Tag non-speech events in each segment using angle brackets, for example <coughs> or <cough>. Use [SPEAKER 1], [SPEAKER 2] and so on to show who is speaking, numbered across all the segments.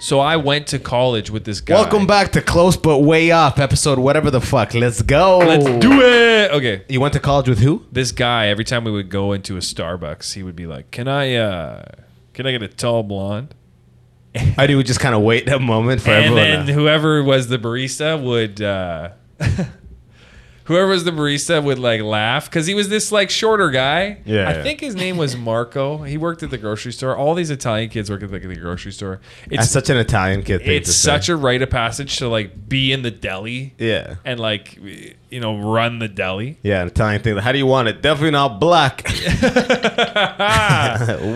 [SPEAKER 1] So I went to college with this guy.
[SPEAKER 2] Welcome back to Close But Way Off, episode whatever the fuck. Let's go.
[SPEAKER 1] Let's do it. Okay.
[SPEAKER 2] You went to college with who?
[SPEAKER 1] This guy, every time we would go into a Starbucks, he would be like, "Can I, uh, can I get a tall blonde?"
[SPEAKER 2] I do just kind of wait a moment for
[SPEAKER 1] and
[SPEAKER 2] everyone.
[SPEAKER 1] then
[SPEAKER 2] to-
[SPEAKER 1] whoever was the barista would uh <laughs> whoever was the barista would like laugh because he was this like shorter guy
[SPEAKER 2] Yeah,
[SPEAKER 1] i
[SPEAKER 2] yeah.
[SPEAKER 1] think his name was marco he worked at the grocery store all these italian kids work at the, the grocery store
[SPEAKER 2] That's
[SPEAKER 1] it's
[SPEAKER 2] such an Italian kid thing.
[SPEAKER 1] it's such a rite of passage to like be in the deli
[SPEAKER 2] yeah.
[SPEAKER 1] and like you know run the deli
[SPEAKER 2] Yeah, an Italian thing. How do you want it? Definitely not black. <laughs>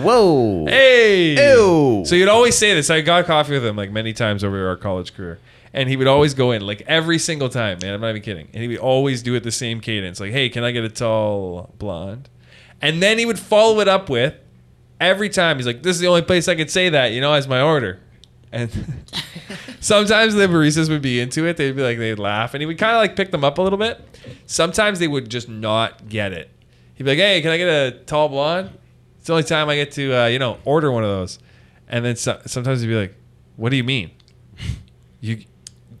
[SPEAKER 2] Whoa.
[SPEAKER 1] <laughs> Hey.
[SPEAKER 2] Ew.
[SPEAKER 1] So you'd always say this. I got coffee with him like many times over our college career. And he would always go in, like every single time, man. I'm not even kidding. And he would always do it the same cadence, like, hey, can I get a tall blonde? And then he would follow it up with every time. He's like, this is the only place I could say that, you know, as my order. And <laughs> sometimes the baristas would be into it. They'd be like, they'd laugh. And he would kind of like pick them up a little bit. Sometimes they would just not get it. He'd be like, hey, can I get a tall blonde? It's the only time I get to, uh, you know, order one of those. And then so- sometimes he'd be like, what do you mean? You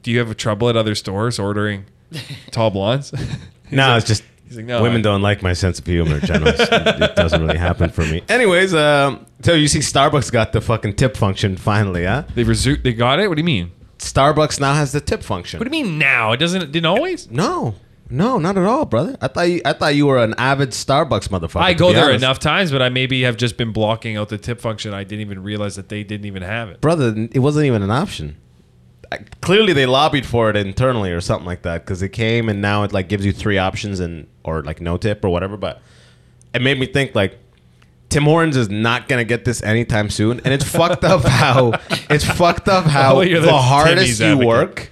[SPEAKER 1] Do you have trouble at other stores
[SPEAKER 2] <laughs>
[SPEAKER 1] ordering tall blondes? <laughs>
[SPEAKER 2] No, it's just
[SPEAKER 1] He's like, no.
[SPEAKER 2] women
[SPEAKER 1] I-
[SPEAKER 2] don't like my sense of
[SPEAKER 1] <laughs>
[SPEAKER 2] humor, General. it doesn't really happen for me. Anyways, um, so you see, Starbucks got the fucking tip function finally, huh?
[SPEAKER 1] They, resu- they got it? What do you mean?
[SPEAKER 2] Starbucks now has the tip function.
[SPEAKER 1] What do you mean now? It doesn't, it didn't always?
[SPEAKER 2] No, no, not at all, brother. I thought you, I thought you were an avid Starbucks motherfucker.
[SPEAKER 1] I
[SPEAKER 2] to
[SPEAKER 1] go
[SPEAKER 2] be
[SPEAKER 1] there
[SPEAKER 2] honest.
[SPEAKER 1] enough times, but I maybe have just been blocking out the tip function. I didn't even realize that they didn't even have it.
[SPEAKER 2] brother. It wasn't even an option. I, clearly, they lobbied for it internally or something like that because it came and now it like gives you three options and or like no tip or whatever. But it made me think like. Tim Hortons is not gonna get this anytime soon, and it's fucked up how it's
[SPEAKER 1] <laughs>
[SPEAKER 2] fucked up how
[SPEAKER 1] Oh,
[SPEAKER 2] the,
[SPEAKER 1] you're the Timmy's
[SPEAKER 2] hardest you
[SPEAKER 1] advocate.
[SPEAKER 2] work,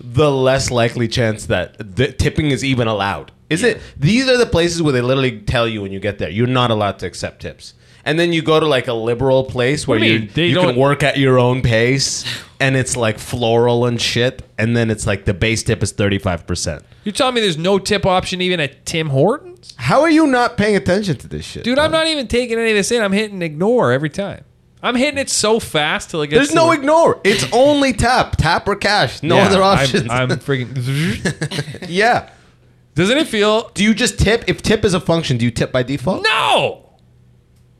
[SPEAKER 2] the less likely chance that the tipping is even allowed. Is it? These are the places where they literally tell you when you get there, you're not allowed to accept tips. And then you go to like a liberal place where
[SPEAKER 1] do you
[SPEAKER 2] you
[SPEAKER 1] mean? They
[SPEAKER 2] you
[SPEAKER 1] don't-
[SPEAKER 2] can work at your own pace, and it's like floral and shit. And then it's like the base tip is thirty five percent.
[SPEAKER 1] You're telling me there's no tip option even at Tim Hortons?
[SPEAKER 2] How are you not paying attention to this shit,
[SPEAKER 1] Dude, I'm not even taking any of this in. I'm hitting ignore every time. I'm hitting it so fast till it gets
[SPEAKER 2] There's
[SPEAKER 1] to
[SPEAKER 2] no
[SPEAKER 1] the-
[SPEAKER 2] ignore. It's only tap, tap or cash. No
[SPEAKER 1] Yeah,
[SPEAKER 2] other
[SPEAKER 1] I'm-
[SPEAKER 2] options.
[SPEAKER 1] I'm, freaking.
[SPEAKER 2] <laughs>
[SPEAKER 1] <laughs>
[SPEAKER 2] yeah.
[SPEAKER 1] Doesn't it feel.
[SPEAKER 2] Do you just tip? If tip is a function, do you tip by default?
[SPEAKER 1] No!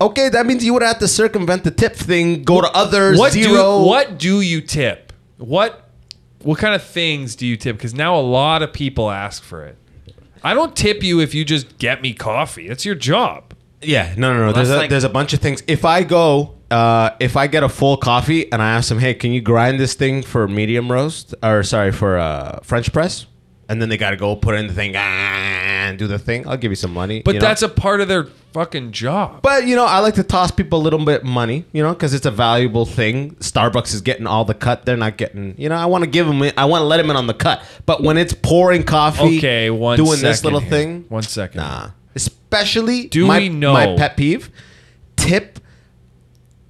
[SPEAKER 2] Okay, that means you would have to circumvent the tip thing, go to other
[SPEAKER 1] What
[SPEAKER 2] zero.
[SPEAKER 1] do what do you tip? What what kind of things do you tip? Because now a lot of people ask for it. I don't tip you if you just get me coffee. That's your job.
[SPEAKER 2] Yeah, no, no, no. There's a,
[SPEAKER 3] that's like-
[SPEAKER 2] there's a bunch of things. If I go, uh, if I get a full coffee and I ask them, hey, can you grind this thing for medium roast or sorry for uh, French press? And then they got to go put in the thing ah, and do the thing. I'll give you some money.
[SPEAKER 1] But
[SPEAKER 2] you know?
[SPEAKER 1] that's a part of their fucking job.
[SPEAKER 2] But you know, I like to toss people a little bit money, you know, because it's a valuable thing. Starbucks is getting all the cut; they're not getting. You know, I want to give them. I want to let them in on the cut. But when it's pouring coffee,
[SPEAKER 1] Okay, one
[SPEAKER 2] doing this
[SPEAKER 1] second
[SPEAKER 2] little
[SPEAKER 1] here.
[SPEAKER 2] thing,
[SPEAKER 1] One second.
[SPEAKER 2] nah. Especially,
[SPEAKER 1] Do
[SPEAKER 2] my,
[SPEAKER 1] we know-
[SPEAKER 2] my pet peeve? Tip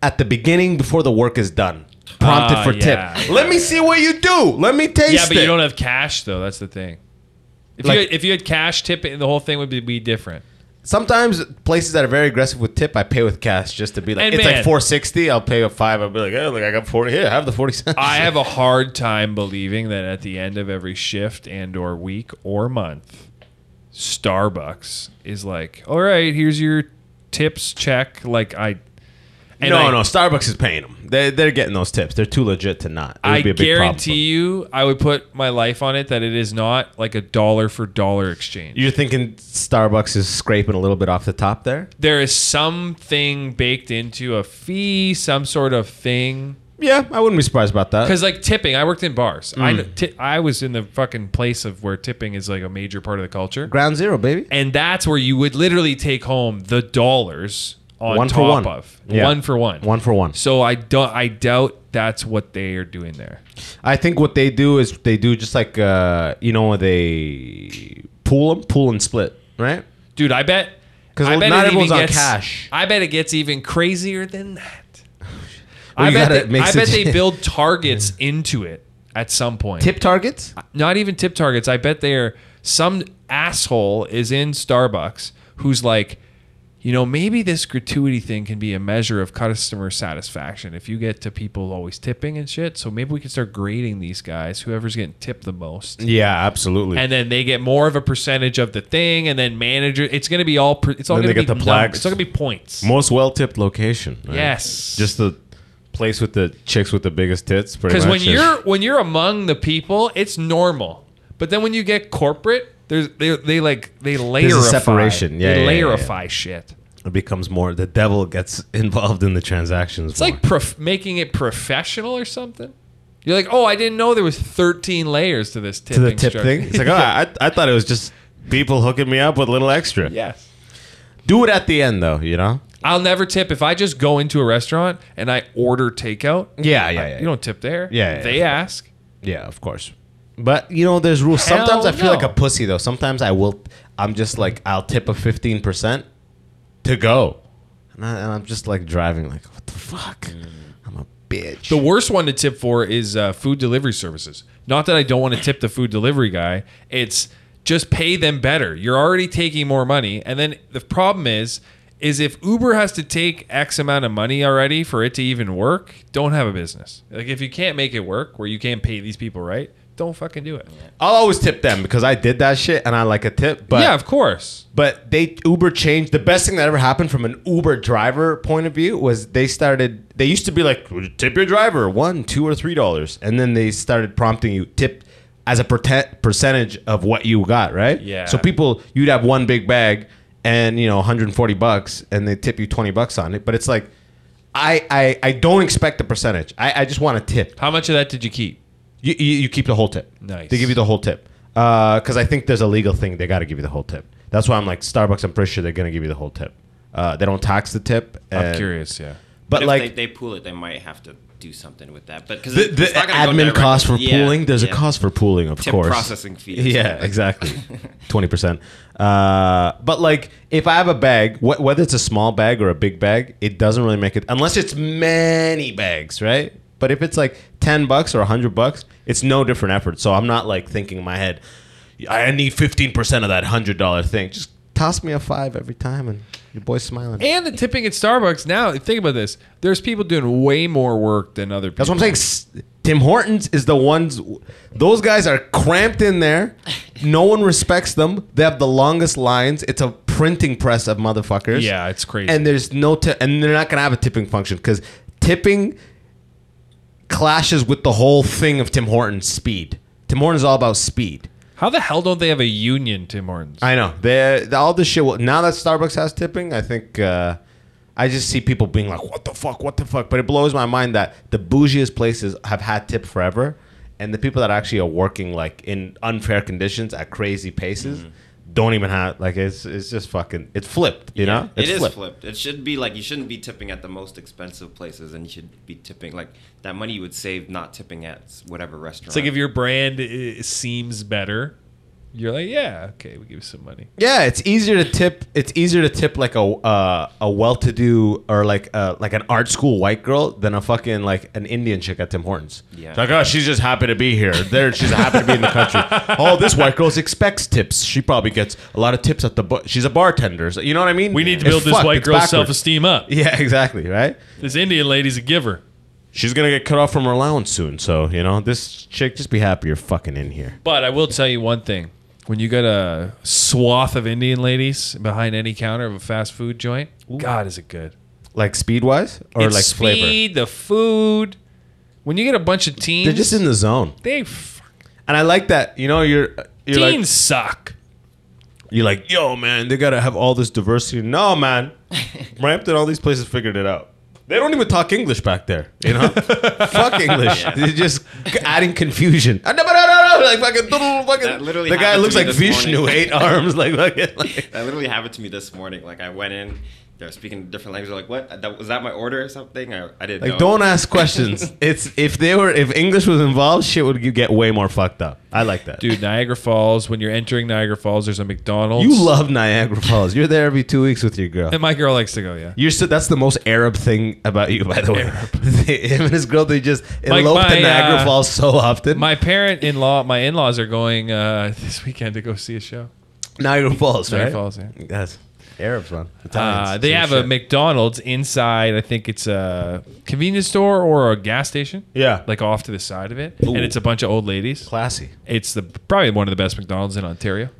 [SPEAKER 2] at the beginning before the work is done. Prompted
[SPEAKER 1] Ah,
[SPEAKER 2] for
[SPEAKER 1] yeah.
[SPEAKER 2] tip. Let me see what you do. Let me taste
[SPEAKER 1] Yeah, but
[SPEAKER 2] it.
[SPEAKER 1] you don't have cash though. That's the thing. If
[SPEAKER 2] Like-
[SPEAKER 1] you had, if you had cash, tip it, the whole thing would be, be different.
[SPEAKER 2] Sometimes places that are very aggressive with tip, I pay with cash just to be like,
[SPEAKER 1] And
[SPEAKER 2] it's
[SPEAKER 1] man-
[SPEAKER 2] like four sixty. I'll pay a five. I'll be like, oh, look, I got forty here. Have the forty cents.
[SPEAKER 1] I have a hard time believing that at the end of every shift and or week or month, Starbucks is like, all right, here's your tips check. Like I, and
[SPEAKER 2] <laughs> no,
[SPEAKER 1] I-
[SPEAKER 2] no, Starbucks is paying them. They, they're getting those tips. They're too legit to not. It would
[SPEAKER 1] I
[SPEAKER 2] be a big problem for them.
[SPEAKER 1] guarantee you, I would put my life on it that it is not like a dollar for dollar exchange.
[SPEAKER 2] You're thinking Starbucks is scraping a little bit off the top there?
[SPEAKER 1] there is something baked into a fee, some sort of thing.
[SPEAKER 2] Yeah, I wouldn't be surprised about that.
[SPEAKER 1] Because like tipping, I worked in bars. I
[SPEAKER 2] Mm.
[SPEAKER 1] kn- ti- I was in the fucking place of where tipping is like a major part of the culture,
[SPEAKER 2] Ground zero, baby.
[SPEAKER 1] and that's where you would literally take home the dollars on
[SPEAKER 2] One for
[SPEAKER 1] top
[SPEAKER 2] one.
[SPEAKER 1] of
[SPEAKER 2] Yeah.
[SPEAKER 1] one for one,
[SPEAKER 2] One for one.
[SPEAKER 1] So I don't. I doubt that's what they are doing there.
[SPEAKER 2] I think what they do is they do just like, uh, you know, they pool them, pool and split, right?
[SPEAKER 1] Dude, I bet
[SPEAKER 2] 'Cause
[SPEAKER 1] I bet
[SPEAKER 2] not
[SPEAKER 1] it
[SPEAKER 2] everyone's
[SPEAKER 1] even
[SPEAKER 2] on
[SPEAKER 1] gets-
[SPEAKER 2] cash.
[SPEAKER 1] I bet it gets even crazier than that.
[SPEAKER 2] Well,
[SPEAKER 1] I
[SPEAKER 2] you
[SPEAKER 1] bet,
[SPEAKER 2] gotta
[SPEAKER 1] they,
[SPEAKER 2] make
[SPEAKER 1] I bet
[SPEAKER 2] such-
[SPEAKER 1] they
[SPEAKER 2] <laughs>
[SPEAKER 1] build targets into it at some point.
[SPEAKER 2] Tip targets?
[SPEAKER 1] not even tip targets. I bet they're some asshole is in Starbucks who's like, you know, maybe this gratuity thing can be a measure of customer satisfaction. If you get to people always tipping and shit, so maybe we can start grading these guys, whoever's getting tipped the most.
[SPEAKER 2] Yeah, absolutely.
[SPEAKER 1] And then they get more of a percentage of the thing, and then manager. It's gonna be all. per- It's all
[SPEAKER 2] Then
[SPEAKER 1] gonna
[SPEAKER 2] they
[SPEAKER 1] be
[SPEAKER 2] get the
[SPEAKER 1] num-
[SPEAKER 2] plaques.
[SPEAKER 1] It's all gonna be points.
[SPEAKER 2] Most well tipped location. right?
[SPEAKER 1] Yes.
[SPEAKER 2] Just the place with the chicks with the biggest tits.
[SPEAKER 1] Because when you're when you're among the people, it's normal. But then when you get corporate, there's they, they like they layer
[SPEAKER 2] a separation. Yeah,
[SPEAKER 1] they
[SPEAKER 2] yeah, yeah, yeah.
[SPEAKER 1] layerify shit.
[SPEAKER 2] it becomes more the devil gets involved in the transactions.
[SPEAKER 1] It's like prof- making it professional or something. You're like, oh, I didn't know there was 13 layers to this
[SPEAKER 2] to
[SPEAKER 1] tipping
[SPEAKER 2] the tip
[SPEAKER 1] structure."
[SPEAKER 2] thing. It's like, oh, I, I thought it was just people hooking me up with a little extra.
[SPEAKER 1] yes.
[SPEAKER 2] Do it at the end though, you know.
[SPEAKER 1] I'll never tip if I just go into a restaurant and I order takeout.
[SPEAKER 2] Yeah, yeah, yeah.
[SPEAKER 1] You don't tip there.
[SPEAKER 2] Yeah, yeah,
[SPEAKER 1] they ask.
[SPEAKER 2] Yeah, of course. But you know, there's rules.
[SPEAKER 1] Hell
[SPEAKER 2] Sometimes I feel
[SPEAKER 1] no.
[SPEAKER 2] like a pussy though. Sometimes I will. I'm just like I'll tip a fifteen percent to go, and, I, and I'm just like driving like what the fuck.
[SPEAKER 1] Mm.
[SPEAKER 2] I'm a bitch.
[SPEAKER 1] The worst one to tip for is uh, food delivery services. Not that I don't want to tip the food delivery guy. It's just pay them better. You're already taking more money, and then the problem is, is if Uber has to take X amount of money already for it to even work, don't have a business. Like if you can't make it work, where you can't pay these people right, don't fucking do it.
[SPEAKER 2] I'll always tip them because I did that shit and I like a tip. But
[SPEAKER 1] yeah, of course.
[SPEAKER 2] but they Uber changed. The best thing that ever happened from an Uber driver point of view was they started. They used to be like tip your driver one, two, or three dollars, and then they started prompting you tip as a pertent- percentage of what you got. Right.
[SPEAKER 1] Yeah.
[SPEAKER 2] So people, you'd have one big bag and you know 140 bucks, and they tip you 20 bucks on it. But it's like. I, I, I don't expect a percentage. I, I just want a tip.
[SPEAKER 1] How much of that did you keep?
[SPEAKER 2] You, you, you keep the whole tip.
[SPEAKER 1] Nice.
[SPEAKER 2] They give you the whole tip. Because I think there's a legal thing. They got to give you the whole tip. That's why I'm like, Starbucks, I'm pretty sure they're going to give you the whole tip. Uh, they don't tax the tip.
[SPEAKER 1] I'm
[SPEAKER 2] and-
[SPEAKER 1] curious. Yeah.
[SPEAKER 2] But
[SPEAKER 3] if
[SPEAKER 2] like,
[SPEAKER 3] they, they pool it, they might have to do something with that. But because
[SPEAKER 2] the, the admin cost for pooling, there's a cost for pooling, of
[SPEAKER 3] Tip
[SPEAKER 2] course.
[SPEAKER 3] processing fee
[SPEAKER 2] <laughs>
[SPEAKER 3] or
[SPEAKER 2] Yeah,
[SPEAKER 3] something.
[SPEAKER 2] exactly. 20%. Uh, but like, if I have a bag, wh- whether it's a small bag or a big bag, it doesn't really make it, unless it's many bags, right? But if it's like 10 bucks or 100 bucks, it's no different effort. So I'm not like thinking in my head, I need 15% of that $100 thing. Just toss me a five every time and your boy's smiling.
[SPEAKER 1] And the tipping at Starbucks now. Think about this. There's people doing way more work than other people.
[SPEAKER 2] That's what I'm saying. S- Tim Hortons is the ones; those guys are cramped in there. No one respects them. They have the longest lines. It's a printing press of motherfuckers.
[SPEAKER 1] Yeah, it's crazy.
[SPEAKER 2] And there's no, ti- and they're not gonna have a tipping function because tipping clashes with the whole thing of Tim Hortons speed. Tim Hortons is all about speed.
[SPEAKER 1] How the hell don't they have a union, Tim Hortons?
[SPEAKER 2] I know. They all this shit. will- Now that Starbucks has tipping, I think uh, I just see people being like, "What the fuck? What the fuck?" But it blows my mind that the bougiest places have had tip forever, and the people that actually are working like in unfair conditions at crazy paces don't even have like it's it's just fucking it's flipped. You know,
[SPEAKER 3] It's
[SPEAKER 2] it's
[SPEAKER 3] flipped. It should be like you shouldn't be tipping at the most expensive places, and you should be tipping like that money you would save not tipping at whatever restaurant.
[SPEAKER 1] It's like if your brand i seems better, you're like, yeah, okay, we give you some money.
[SPEAKER 2] Yeah, it's easier to tip. It's easier to tip like a uh, a well-to-do or like uh, like an art school white girl than a fucking like an Indian chick at Tim Hortons.
[SPEAKER 3] Yeah.
[SPEAKER 2] It's like oh, she's just happy to be here. There, she's happy to be in the <laughs> country. Oh, this white girl expects tips. She probably gets a lot of tips at the. Bar- she's a bartender. So, you know what I mean?
[SPEAKER 1] We need to
[SPEAKER 2] It's
[SPEAKER 1] build this
[SPEAKER 2] fucked,
[SPEAKER 1] white
[SPEAKER 2] it's
[SPEAKER 1] girl's
[SPEAKER 2] backwards.
[SPEAKER 1] self esteem up.
[SPEAKER 2] Yeah, exactly. Right.
[SPEAKER 1] This Indian lady's a giver.
[SPEAKER 2] She's gonna get cut off from her allowance soon. So you know, this chick, just be happy you're fucking in here.
[SPEAKER 1] But I will tell you one thing. When you got a swath of Indian ladies behind any counter of a fast food joint, God, is it good.
[SPEAKER 2] Like speed wise or
[SPEAKER 1] It's
[SPEAKER 2] like flavor?
[SPEAKER 1] speed, the food. When you get a bunch of teens,
[SPEAKER 2] They're just in the zone,
[SPEAKER 1] they fuck,
[SPEAKER 2] and I like that. You know, you're you're
[SPEAKER 1] teens
[SPEAKER 2] like.
[SPEAKER 1] suck.
[SPEAKER 2] You're like, yo, man, they gotta have all this diversity. No,
[SPEAKER 3] <laughs>
[SPEAKER 2] man, Brampton, all these places figured it out. They don't even talk English back there, you
[SPEAKER 3] <laughs>
[SPEAKER 2] know. Fuck English. They're just c- adding confusion. <laughs> Ah, no, no, no, no, Like fucking, doodle, <laughs>
[SPEAKER 3] That
[SPEAKER 2] fucking
[SPEAKER 3] literally
[SPEAKER 2] the guy
[SPEAKER 3] happened
[SPEAKER 2] looks
[SPEAKER 3] to me
[SPEAKER 2] like
[SPEAKER 3] this
[SPEAKER 2] Vishnu,
[SPEAKER 3] morning. <laughs>
[SPEAKER 2] eight arms, like fucking. Like,
[SPEAKER 3] That literally happened to me this morning. Like I went in, they're speaking a different language. Like what? That, was that my order or something? I, I didn't.
[SPEAKER 2] like
[SPEAKER 3] know.
[SPEAKER 2] don't ask
[SPEAKER 3] <laughs>
[SPEAKER 2] questions. It's if they were if English was involved, shit would get way more fucked up. I like that.
[SPEAKER 1] Dude, Niagara Falls, when you're entering Niagara Falls, there's a McDonald's.
[SPEAKER 2] you love Niagara Falls. You're there every two weeks with your girl.
[SPEAKER 1] And my girl likes to go, yeah.
[SPEAKER 2] You're so, that's the most Arab thing about you, by the way. <laughs> Him and his girl, they just
[SPEAKER 1] Like
[SPEAKER 2] elope
[SPEAKER 1] my,
[SPEAKER 2] to Niagara
[SPEAKER 1] uh,
[SPEAKER 2] Falls so often.
[SPEAKER 1] My parent in law, my in laws are going uh, this weekend to go see a show.
[SPEAKER 2] Niagara Falls, right?
[SPEAKER 1] Niagara Falls, yeah.
[SPEAKER 2] Yes. Arabs, man. Italians.
[SPEAKER 1] Uh, they
[SPEAKER 2] Same
[SPEAKER 1] have a
[SPEAKER 2] shit.
[SPEAKER 1] McDonald's inside. I think it's a convenience store or a gas station.
[SPEAKER 2] Yeah.
[SPEAKER 1] like off to the side of it,
[SPEAKER 2] Ooh.
[SPEAKER 1] and it's a bunch of old ladies.
[SPEAKER 2] classy.
[SPEAKER 1] It's the probably one of the best McDonald's in Ontario.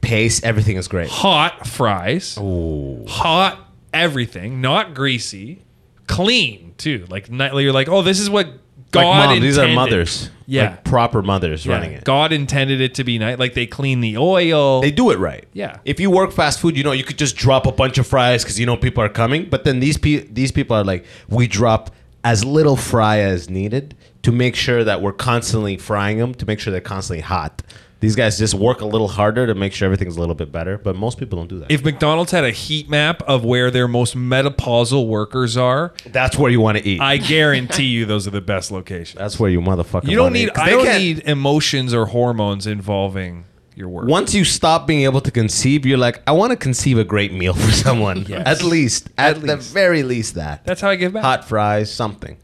[SPEAKER 2] Pace, everything is great.
[SPEAKER 1] Hot fries,
[SPEAKER 2] Ooh.
[SPEAKER 1] hot everything, not greasy, clean too. Like nightly, you're like, oh, this is what God
[SPEAKER 2] like mom,
[SPEAKER 1] intended.
[SPEAKER 2] these are mothers.
[SPEAKER 1] Yeah.
[SPEAKER 2] Like proper mothers
[SPEAKER 1] Yeah.
[SPEAKER 2] running it.
[SPEAKER 1] God intended it to be night. Like they clean the oil.
[SPEAKER 2] They do it right.
[SPEAKER 1] Yeah.
[SPEAKER 2] If you work fast food, you know you could just drop a bunch of fries because you know people are coming. But then these pe- these people are like, we drop as little fry as needed to make sure that we're constantly frying them to make sure they're constantly hot. These guys just work a little harder to make sure everything's a little bit better. But most people don't do that.
[SPEAKER 1] if McDonald's had a heat map of where their most menopausal workers are,
[SPEAKER 2] that's where you want to eat.
[SPEAKER 1] I guarantee you those are the best locations.
[SPEAKER 2] that's where you motherfucker.
[SPEAKER 1] You don't
[SPEAKER 2] wanna eat.
[SPEAKER 1] need
[SPEAKER 2] 'Cause
[SPEAKER 1] I
[SPEAKER 2] they
[SPEAKER 1] don't
[SPEAKER 2] can't-
[SPEAKER 1] need emotions or hormones involving your work.
[SPEAKER 2] Once you stop being able to conceive, you're like, I want to conceive a great meal for <laughs> someone.
[SPEAKER 1] Yes.
[SPEAKER 2] At least, at, the
[SPEAKER 1] least.
[SPEAKER 2] very least, that.
[SPEAKER 1] That's how I give back.
[SPEAKER 2] hot fries, something.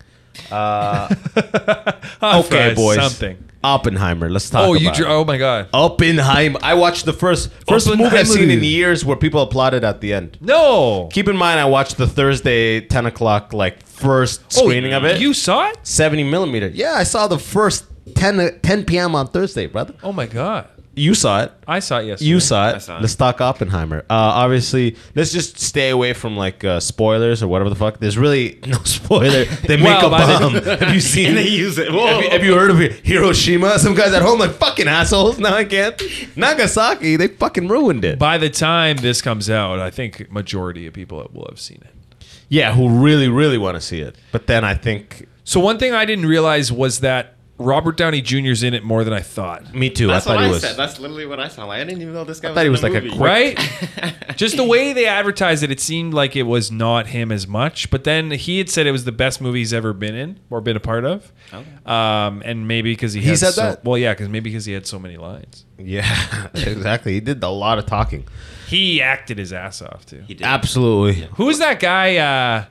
[SPEAKER 1] Hot
[SPEAKER 2] okay,
[SPEAKER 1] fries,
[SPEAKER 2] boys.
[SPEAKER 1] Something.
[SPEAKER 2] Oppenheimer. Let's talk.
[SPEAKER 1] Oh, you
[SPEAKER 2] about
[SPEAKER 1] drew,
[SPEAKER 2] it. Uh,
[SPEAKER 1] oh my god.
[SPEAKER 2] Oppenheimer. I watched the first first movie I've seen in
[SPEAKER 1] Oppenheimer.
[SPEAKER 2] years where people applauded at the end.
[SPEAKER 1] No.
[SPEAKER 2] Keep in mind, I watched the Thursday ten o'clock like first
[SPEAKER 1] Oh,
[SPEAKER 2] screening of it.
[SPEAKER 1] You saw it?
[SPEAKER 2] seventy millimeter. Yeah, I saw the first 10, o- 10 p.m. on Thursday, brother.
[SPEAKER 1] Oh my god.
[SPEAKER 2] You saw it.
[SPEAKER 1] I saw it yesterday.
[SPEAKER 2] You saw it.
[SPEAKER 3] I saw it.
[SPEAKER 2] Let's talk Oppenheimer. Uh, obviously, let's just stay away from like uh, spoilers or whatever the fuck. There's really <laughs> no spoiler. They make
[SPEAKER 1] Well,
[SPEAKER 2] a
[SPEAKER 1] by the-
[SPEAKER 2] bomb. Have you seen
[SPEAKER 3] And
[SPEAKER 2] it?
[SPEAKER 3] <laughs> they use it. Whoa.
[SPEAKER 2] Have you, have you heard of Hiroshima? Some guys at home like fucking assholes. <laughs> Now I can't. Nagasaki, they fucking ruined it.
[SPEAKER 1] By the time this comes out, I think majority of people will have seen it.
[SPEAKER 2] yeah, who really, really want to see it. But then I think
[SPEAKER 1] So one thing I didn't realize was that Robert Downey Jr.'s in it more than I thought.
[SPEAKER 2] me too.
[SPEAKER 3] That's
[SPEAKER 2] I thought
[SPEAKER 3] what
[SPEAKER 2] it
[SPEAKER 3] I
[SPEAKER 2] was.
[SPEAKER 3] said. That's literally what I sound like. I didn't even know this guy.
[SPEAKER 2] thought he was
[SPEAKER 3] in the
[SPEAKER 2] like a
[SPEAKER 3] movie.
[SPEAKER 2] quick-
[SPEAKER 1] Right? Just the way they advertised it, it seemed like it was not him as much. But then he had said it was the best movie he's ever been in or been a part of.
[SPEAKER 3] Okay.
[SPEAKER 1] Um, and maybe because he,
[SPEAKER 2] He
[SPEAKER 1] had
[SPEAKER 2] said
[SPEAKER 1] so-
[SPEAKER 2] that?
[SPEAKER 1] Well, yeah, because maybe because he had so many lines.
[SPEAKER 2] yeah, <laughs> exactly. He did a lot of talking.
[SPEAKER 1] He acted his ass off too.
[SPEAKER 3] He did.
[SPEAKER 2] Absolutely.
[SPEAKER 1] Who's that guy? Uh,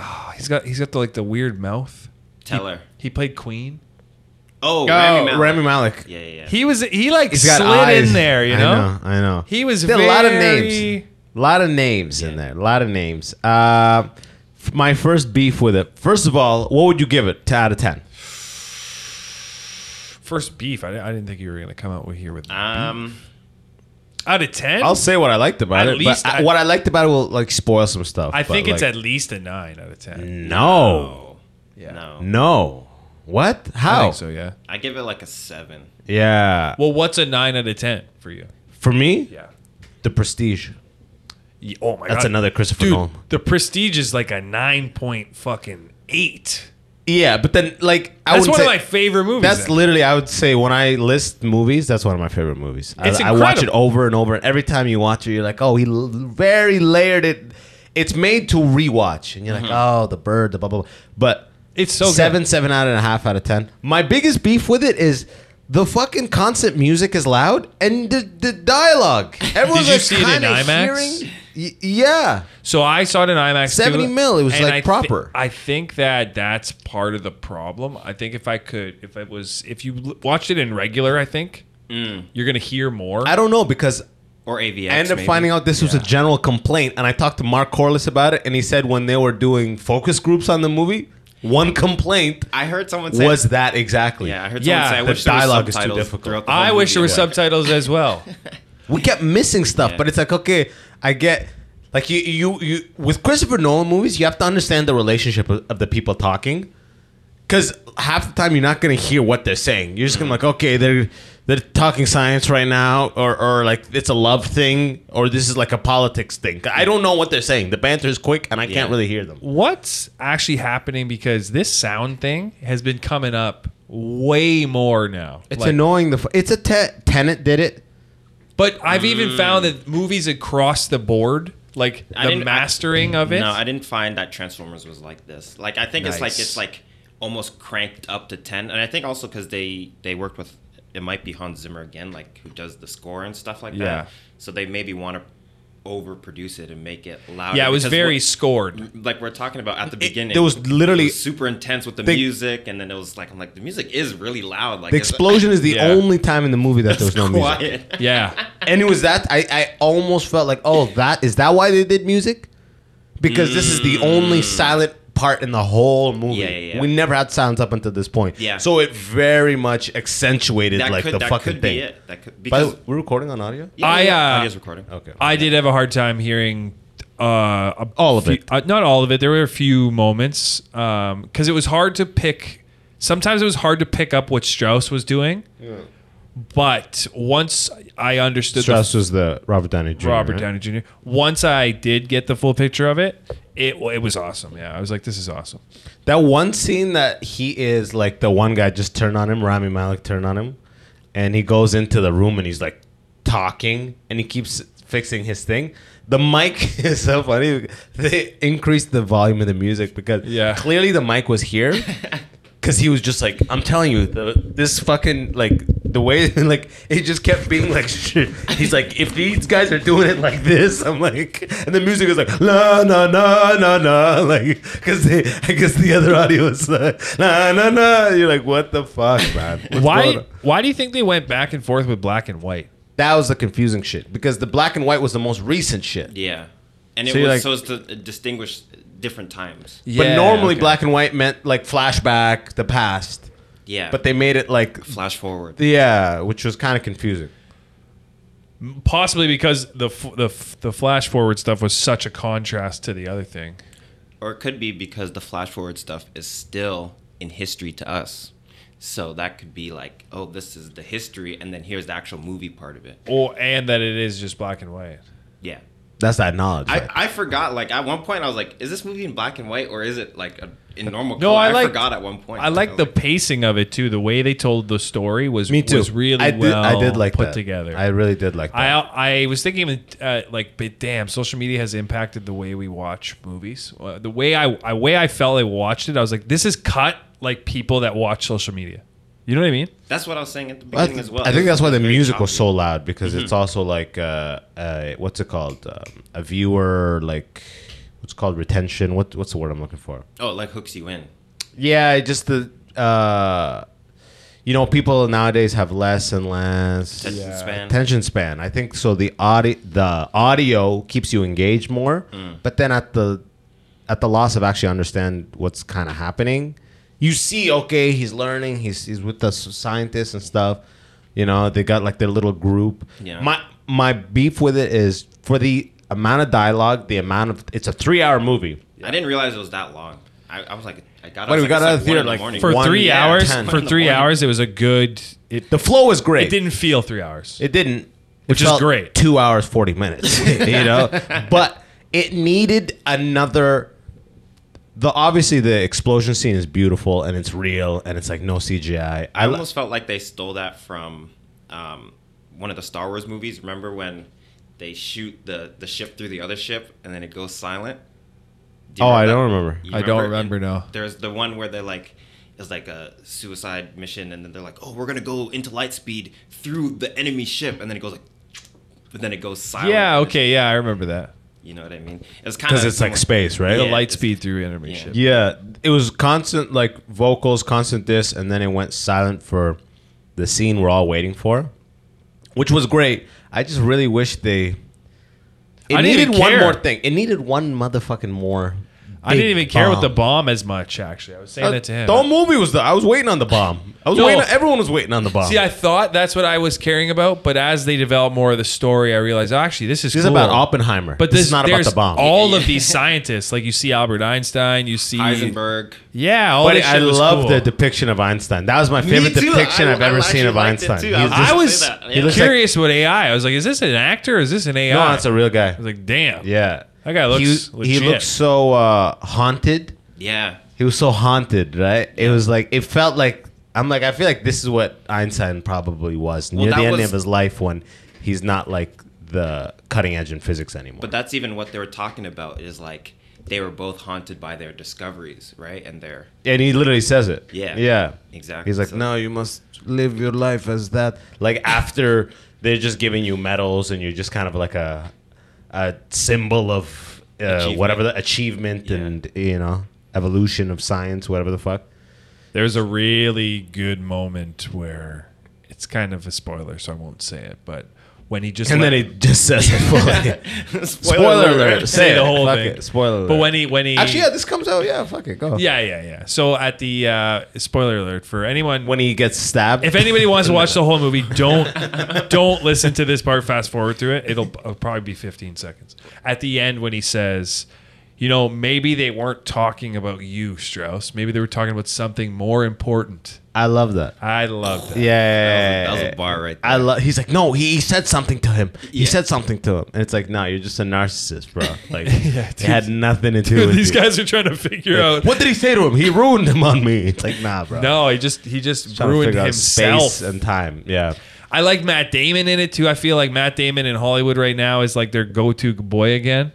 [SPEAKER 1] oh, he's got he's got the like the weird mouth.
[SPEAKER 3] Teller.
[SPEAKER 1] He played Queen.
[SPEAKER 3] Oh,
[SPEAKER 2] Oh,
[SPEAKER 3] Rami Malek.
[SPEAKER 2] Rami Malek.
[SPEAKER 3] Yeah, yeah, yeah.
[SPEAKER 1] He was he like
[SPEAKER 2] He's got
[SPEAKER 1] slid
[SPEAKER 2] eyes.
[SPEAKER 1] in there, you know?
[SPEAKER 2] I know. I know.
[SPEAKER 1] He was
[SPEAKER 2] There are a lot of
[SPEAKER 1] very-
[SPEAKER 2] names. A lot of names in there. A lot of names. Uh, f- my first beef with it. First of all, what would you give it to out of ten?
[SPEAKER 1] First beef. I, didn't- I didn't think you were gonna come out with here with
[SPEAKER 3] Um,
[SPEAKER 1] out of 10
[SPEAKER 2] I'll say what I liked about
[SPEAKER 1] At
[SPEAKER 2] it.
[SPEAKER 1] least
[SPEAKER 2] but I-
[SPEAKER 1] I-
[SPEAKER 2] what I liked about it will like spoil some stuff.
[SPEAKER 1] I
[SPEAKER 2] but,
[SPEAKER 1] think it's
[SPEAKER 2] like, Mm.
[SPEAKER 1] at least a nine out of ten.
[SPEAKER 2] no,
[SPEAKER 3] oh,
[SPEAKER 1] Yeah.
[SPEAKER 3] no.
[SPEAKER 2] no. What?
[SPEAKER 1] I
[SPEAKER 2] How?
[SPEAKER 1] think so, yeah.
[SPEAKER 3] I give it like a seven.
[SPEAKER 2] Yeah.
[SPEAKER 1] Well, what's a nine out of ten for you?
[SPEAKER 2] For me,
[SPEAKER 1] Yeah.
[SPEAKER 2] The Prestige.
[SPEAKER 1] Oh my god.
[SPEAKER 2] That's another Christopher
[SPEAKER 1] Dude,
[SPEAKER 2] Nolan.
[SPEAKER 1] the prestige is like a nine point fucking eight.
[SPEAKER 2] Yeah, but then like I
[SPEAKER 1] That's
[SPEAKER 2] wouldn't
[SPEAKER 1] one of my
[SPEAKER 2] say-
[SPEAKER 1] favorite movies.
[SPEAKER 2] That's
[SPEAKER 1] then.
[SPEAKER 2] literally, I would say, when I list movies, that's one of my favorite movies. I-
[SPEAKER 1] It's
[SPEAKER 2] I, watch it
[SPEAKER 1] incredible.
[SPEAKER 2] over and over. And every time you watch it, you're like, oh, he l- very layered it. It's made to rewatch. And you're like, oh, the bird, the blah, blah, blah. But
[SPEAKER 1] It's Mm-hmm. so good.
[SPEAKER 2] seven, seven out and a half out of 10. My biggest beef with it is the fucking concert music is loud and the,
[SPEAKER 1] <laughs>
[SPEAKER 2] the dialogue. Everyone's
[SPEAKER 1] you
[SPEAKER 2] like
[SPEAKER 1] see it in
[SPEAKER 2] kinda
[SPEAKER 1] IMAX?
[SPEAKER 2] hearing- Y- yeah.
[SPEAKER 1] So I saw it in IMAX.
[SPEAKER 2] 70
[SPEAKER 1] too,
[SPEAKER 2] mil, it was,
[SPEAKER 1] and
[SPEAKER 2] like,
[SPEAKER 1] I thi-
[SPEAKER 2] proper.
[SPEAKER 1] I think that that's part of the problem. I think if I could, if it was, if you l- watched it in regular, I think you're gonna hear more.
[SPEAKER 2] I don't know because
[SPEAKER 3] Or AVX.
[SPEAKER 2] I ended up
[SPEAKER 3] maybe.
[SPEAKER 2] finding out this was a general complaint, and I talked to Mark Corliss about it, and he said when they were doing focus groups on the movie, one complaint
[SPEAKER 3] I heard someone say.
[SPEAKER 2] was that exactly.
[SPEAKER 3] yeah, I heard
[SPEAKER 1] Yeah,
[SPEAKER 3] someone say.
[SPEAKER 1] the
[SPEAKER 3] I wish there was
[SPEAKER 2] dialogue is too
[SPEAKER 3] subtitles
[SPEAKER 2] difficult.
[SPEAKER 3] throughout the
[SPEAKER 1] I
[SPEAKER 3] whole
[SPEAKER 1] wish there were
[SPEAKER 3] movie.
[SPEAKER 1] subtitles as well.
[SPEAKER 2] we kept missing stuff, but it's like okay, I get like you you you with Christopher Nolan movies, you have to understand the relationship of, of the people talking, because half the time you're not gonna hear what they're saying. You're just gonna like okay, they're they're talking science right now, or or like it's a love thing, or this is like a politics thing. I don't know what they're saying. The banter is quick, and I can't
[SPEAKER 3] Yeah.
[SPEAKER 2] really hear them.
[SPEAKER 1] What's actually happening because this sound thing has been coming up way more now.
[SPEAKER 2] It's
[SPEAKER 1] Like-
[SPEAKER 2] annoying. The f- it's a te- tenant did it.
[SPEAKER 1] But I've even found that movies across the board, like
[SPEAKER 3] Mm. I
[SPEAKER 1] the
[SPEAKER 3] didn't- I-
[SPEAKER 1] mastering of it.
[SPEAKER 3] No, I didn't find that Transformers was like this. Like I think it's like
[SPEAKER 1] Nice.
[SPEAKER 3] it's like almost cranked up to ten, and I think also because they they worked with it might be Hans Zimmer again, like who does the score and stuff like
[SPEAKER 1] Yeah.
[SPEAKER 3] that. So they maybe want to overproduce it and make it louder.
[SPEAKER 1] yeah, it was
[SPEAKER 3] because
[SPEAKER 1] very
[SPEAKER 3] what- <laughs>
[SPEAKER 1] scored.
[SPEAKER 3] like we're talking about at the beginning.
[SPEAKER 2] there was literally-
[SPEAKER 3] it was super intense with the
[SPEAKER 2] They-
[SPEAKER 3] music, and then it was like I'm like the music is really loud. Like
[SPEAKER 2] The
[SPEAKER 3] <laughs> it's-
[SPEAKER 2] explosion is the
[SPEAKER 1] Yeah.
[SPEAKER 2] only time in the movie that there was no music.
[SPEAKER 3] quiet.
[SPEAKER 1] Yeah.
[SPEAKER 2] and it was that I, I almost felt like, oh, that is that why they did music? Because this is the only silent part in the whole movie.
[SPEAKER 3] Mm. Yeah, yeah, yeah.
[SPEAKER 2] We never had silence up until this point.
[SPEAKER 3] Yeah.
[SPEAKER 2] So it very much accentuated
[SPEAKER 3] that
[SPEAKER 2] like
[SPEAKER 3] could
[SPEAKER 2] the
[SPEAKER 3] that
[SPEAKER 2] fucking
[SPEAKER 3] could
[SPEAKER 2] thing.
[SPEAKER 3] be it. That could
[SPEAKER 2] By
[SPEAKER 3] because
[SPEAKER 2] the way, we're recording on audio?
[SPEAKER 1] I, uh,
[SPEAKER 3] audio's recording.
[SPEAKER 2] Okay.
[SPEAKER 1] I did have a hard time hearing uh, a
[SPEAKER 2] All of
[SPEAKER 1] few-
[SPEAKER 2] it.
[SPEAKER 1] Uh, not all of it. There were a few moments because it was hard to pick. Sometimes it was hard to pick up what Strauss was doing. But once I understood the
[SPEAKER 2] Strauss was the Robert Downey Jr.
[SPEAKER 1] Robert
[SPEAKER 2] right?
[SPEAKER 1] Downey Jr. Once I did get the full picture of it, it it was awesome. Yeah, I was like, this is awesome.
[SPEAKER 2] That one scene that he is like the one guy just turned on him, Rami Malik turned on him, and he goes into the room and he's like talking and he keeps fixing his thing. The mic <laughs> is so funny. They increased the volume of the music because
[SPEAKER 1] Yeah.
[SPEAKER 2] clearly the mic was here. Cause he was just like, I'm telling you, the, this fucking like the way <laughs> like it just kept being like, shit. he's like, if these guys are doing it like this, <laughs> I'm like, and the music is like, la na na na na, <laughs> like, cause they, I guess the other audio is like, na na na. You're like, what the fuck, man? What's going
[SPEAKER 1] Why
[SPEAKER 2] on?
[SPEAKER 1] why do you think they went back and forth with black and white?
[SPEAKER 2] That was the confusing shit because the black and white was the most recent shit.
[SPEAKER 3] Yeah, and it
[SPEAKER 2] So
[SPEAKER 3] was
[SPEAKER 2] you're like-
[SPEAKER 3] so as to distinguish different times.
[SPEAKER 2] but normally
[SPEAKER 1] black.
[SPEAKER 2] black and white meant like flashback, the past.
[SPEAKER 3] Yeah,
[SPEAKER 2] But they made it like,
[SPEAKER 3] flash forward.
[SPEAKER 2] yeah, which was kind of confusing.
[SPEAKER 1] possibly because the f- the f- the flash forward stuff was such a contrast to the other thing.
[SPEAKER 3] or it could be because the flash forward stuff is still in history to us. So that could be like, oh, this is the history, and then here's the actual movie part of it.
[SPEAKER 1] Or and that it is just black and white.
[SPEAKER 3] Yeah.
[SPEAKER 2] That's that knowledge. right?
[SPEAKER 3] I, I forgot, like, at one point I was like, is this movie in black and white or is it like a, in normal
[SPEAKER 1] No,
[SPEAKER 3] color?
[SPEAKER 1] I like-
[SPEAKER 3] forgot at one point.
[SPEAKER 1] I like
[SPEAKER 3] was
[SPEAKER 1] the pacing of it too. The way they told the story was
[SPEAKER 2] Me too.
[SPEAKER 1] was really
[SPEAKER 2] I did,
[SPEAKER 1] well
[SPEAKER 2] I did like
[SPEAKER 1] put
[SPEAKER 2] that.
[SPEAKER 1] together.
[SPEAKER 2] I really did like that.
[SPEAKER 1] I I was thinking even, uh, like, but damn, social media has impacted the way we watch movies. Uh, the way I, I way I felt I watched it, I was like, this is cut like people that watch social media. You know what I mean?
[SPEAKER 3] That's what I was saying at the
[SPEAKER 2] I,
[SPEAKER 3] beginning as well.
[SPEAKER 2] I
[SPEAKER 3] It
[SPEAKER 2] think
[SPEAKER 3] was
[SPEAKER 2] that's why the
[SPEAKER 3] very
[SPEAKER 2] music was
[SPEAKER 3] choppy.
[SPEAKER 2] so loud because it's also like uh, uh, what's it called? Um, a viewer like what's it called retention. What what's the word I'm looking for?
[SPEAKER 3] Oh, like hooks you in.
[SPEAKER 2] Yeah, it just the uh, you know people nowadays have less and less
[SPEAKER 3] Attention Yeah. span.
[SPEAKER 2] attention span. I think so. The audio the audio keeps you engaged more,
[SPEAKER 3] Mm.
[SPEAKER 2] but then at the at the loss of actually understand what's kind of happening, you see, okay, he's learning. He's he's with the s- scientists and stuff. You know, they got like their little group.
[SPEAKER 3] Yeah.
[SPEAKER 2] My my beef with it is for the amount of dialogue, the amount of it's a three hour movie.
[SPEAKER 3] I didn't realize it was that long. I, I was like, I got.
[SPEAKER 2] Wait,
[SPEAKER 3] I was
[SPEAKER 2] we got
[SPEAKER 3] it's
[SPEAKER 2] out of the theater,
[SPEAKER 3] one in the
[SPEAKER 2] like,
[SPEAKER 3] morning.
[SPEAKER 1] For
[SPEAKER 2] One-
[SPEAKER 1] three
[SPEAKER 2] yeah,
[SPEAKER 1] hours,
[SPEAKER 2] ten.
[SPEAKER 1] for three hours, it was a good. It
[SPEAKER 2] The flow was great.
[SPEAKER 1] it didn't feel three hours.
[SPEAKER 2] It didn't.
[SPEAKER 1] Which
[SPEAKER 2] it
[SPEAKER 1] is
[SPEAKER 2] felt
[SPEAKER 1] great.
[SPEAKER 2] Two hours forty minutes. <laughs> you know, but it needed another. The obviously the explosion scene is beautiful and it's real and it's like no CGI. I
[SPEAKER 3] I
[SPEAKER 2] li-
[SPEAKER 3] almost felt like they stole that from um, one of the Star Wars movies. Remember when they shoot the the ship through the other ship and then it goes silent? Do you
[SPEAKER 2] oh I
[SPEAKER 3] that?
[SPEAKER 2] don't remember.
[SPEAKER 3] You
[SPEAKER 1] I don't remember now.
[SPEAKER 3] There's the one where they're like, it's like a suicide mission, and then they're like, oh, we're gonna go into light speed through the enemy ship, and then it goes like, and then it goes silent.
[SPEAKER 1] Yeah. Okay. Yeah, I remember that.
[SPEAKER 3] You know what I mean? It's kind of
[SPEAKER 2] Because it's like space, right?
[SPEAKER 1] The
[SPEAKER 3] Yeah,
[SPEAKER 1] light
[SPEAKER 3] it's-
[SPEAKER 1] speed through enemy ship.
[SPEAKER 2] Yeah, it was constant like vocals, constant this, and then it went silent for the scene we're all waiting for, which was great. I just really wish they. It
[SPEAKER 1] I didn't
[SPEAKER 2] needed
[SPEAKER 1] even
[SPEAKER 2] one
[SPEAKER 1] care.
[SPEAKER 2] more thing. It needed one motherfucking more.
[SPEAKER 1] I didn't
[SPEAKER 2] big
[SPEAKER 1] even care about the
[SPEAKER 2] bomb. Uh,
[SPEAKER 1] bomb as much. Actually, I was saying that to him.
[SPEAKER 2] The whole movie was the. I was waiting on the bomb. I was
[SPEAKER 1] No.
[SPEAKER 2] waiting. Everyone was waiting on the bomb.
[SPEAKER 1] See, I thought that's what I was caring about, but as they develop more of the story, I realized oh, actually this is
[SPEAKER 2] this is
[SPEAKER 1] cool.
[SPEAKER 2] about Oppenheimer.
[SPEAKER 1] But
[SPEAKER 2] But this, is not about the bomb.
[SPEAKER 1] All
[SPEAKER 3] Yeah,
[SPEAKER 1] of
[SPEAKER 3] yeah.
[SPEAKER 1] these scientists, like you see Albert Einstein, you see
[SPEAKER 3] Heisenberg.
[SPEAKER 1] Yeah, all
[SPEAKER 2] but
[SPEAKER 1] this shit
[SPEAKER 2] I
[SPEAKER 1] was
[SPEAKER 2] love
[SPEAKER 1] cool.
[SPEAKER 2] the depiction of Einstein. That was my favorite
[SPEAKER 3] too.
[SPEAKER 2] depiction
[SPEAKER 3] I-
[SPEAKER 2] I, have ever
[SPEAKER 3] I
[SPEAKER 2] seen of
[SPEAKER 3] actually liked it
[SPEAKER 2] Einstein.
[SPEAKER 3] too.
[SPEAKER 2] He's
[SPEAKER 3] I-
[SPEAKER 1] I
[SPEAKER 2] just-
[SPEAKER 1] was
[SPEAKER 3] Say that, yeah.
[SPEAKER 2] looks like-
[SPEAKER 1] curious with AI. I was like, is this an actor? Or is this an AI?
[SPEAKER 2] no, it's a real guy.
[SPEAKER 1] I was like, damn.
[SPEAKER 2] Yeah,
[SPEAKER 1] That guy
[SPEAKER 2] He-
[SPEAKER 1] looks
[SPEAKER 2] He,
[SPEAKER 1] legit.
[SPEAKER 2] looks so uh, haunted.
[SPEAKER 3] Yeah.
[SPEAKER 2] He was so haunted, right? It was like it felt like I'm like I feel like this is what Einstein probably was near
[SPEAKER 3] that
[SPEAKER 2] the end
[SPEAKER 3] was-
[SPEAKER 2] of his life when he's not like the cutting edge in physics anymore.
[SPEAKER 3] But that's even what they were talking about is like they were both haunted by their discoveries, right? And their
[SPEAKER 2] And he literally says it.
[SPEAKER 3] Yeah.
[SPEAKER 2] Yeah.
[SPEAKER 3] Exactly.
[SPEAKER 2] He's like,
[SPEAKER 3] So-
[SPEAKER 2] no, you must live your life as that. Like after they're just giving you medals and you're just kind of like a a symbol of uh,
[SPEAKER 3] Achievement.
[SPEAKER 2] whatever the achievement and you know evolution of science, whatever the fuck.
[SPEAKER 1] There's a really good moment where it's kind of a spoiler, so I won't say it, but when he just
[SPEAKER 2] and
[SPEAKER 1] let-
[SPEAKER 2] then it just says it fully.
[SPEAKER 3] Spoiler,
[SPEAKER 2] Spoiler alert.
[SPEAKER 1] say
[SPEAKER 2] Say
[SPEAKER 1] the
[SPEAKER 2] it.
[SPEAKER 1] whole
[SPEAKER 2] Fuck
[SPEAKER 1] thing.
[SPEAKER 2] it. Spoiler
[SPEAKER 1] But
[SPEAKER 2] alert.
[SPEAKER 1] when he when he
[SPEAKER 2] Actually, yeah, this comes out. Yeah, fuck it, go.
[SPEAKER 1] yeah yeah yeah. So at the uh, spoiler alert for anyone
[SPEAKER 2] when he gets stabbed.
[SPEAKER 1] if anybody wants to watch the whole movie, don't don't listen to this part. Fast forward through it. It'll, it'll probably be 15 seconds. At the end, when he says, "You know, maybe they weren't talking about you, Strauss. Maybe they were talking about something more important."
[SPEAKER 2] I love that.
[SPEAKER 1] I love that.
[SPEAKER 2] Yeah, yeah,
[SPEAKER 3] That was a- that was a
[SPEAKER 2] yeah, yeah.
[SPEAKER 3] bar right
[SPEAKER 2] I love. He's like, no, he, he said something to him. He
[SPEAKER 3] Yeah.
[SPEAKER 2] said something to him, and it's like, no, you're just a narcissist, bro.
[SPEAKER 1] <laughs>
[SPEAKER 2] Like,
[SPEAKER 1] Yeah,
[SPEAKER 2] it had
[SPEAKER 1] dude.
[SPEAKER 2] nothing to do
[SPEAKER 1] Dude, <laughs>
[SPEAKER 2] with
[SPEAKER 1] these
[SPEAKER 2] you.
[SPEAKER 1] guys are trying to figure out.
[SPEAKER 2] What did he say to him? He ruined him on me. It's like, nah, bro.
[SPEAKER 1] No, he just he just
[SPEAKER 2] Trying to
[SPEAKER 1] ruined
[SPEAKER 2] figure out
[SPEAKER 1] himself.
[SPEAKER 2] space and time. Yeah,
[SPEAKER 1] I like Matt Damon in it too. I feel like Matt Damon in Hollywood right now is like their go-to boy again.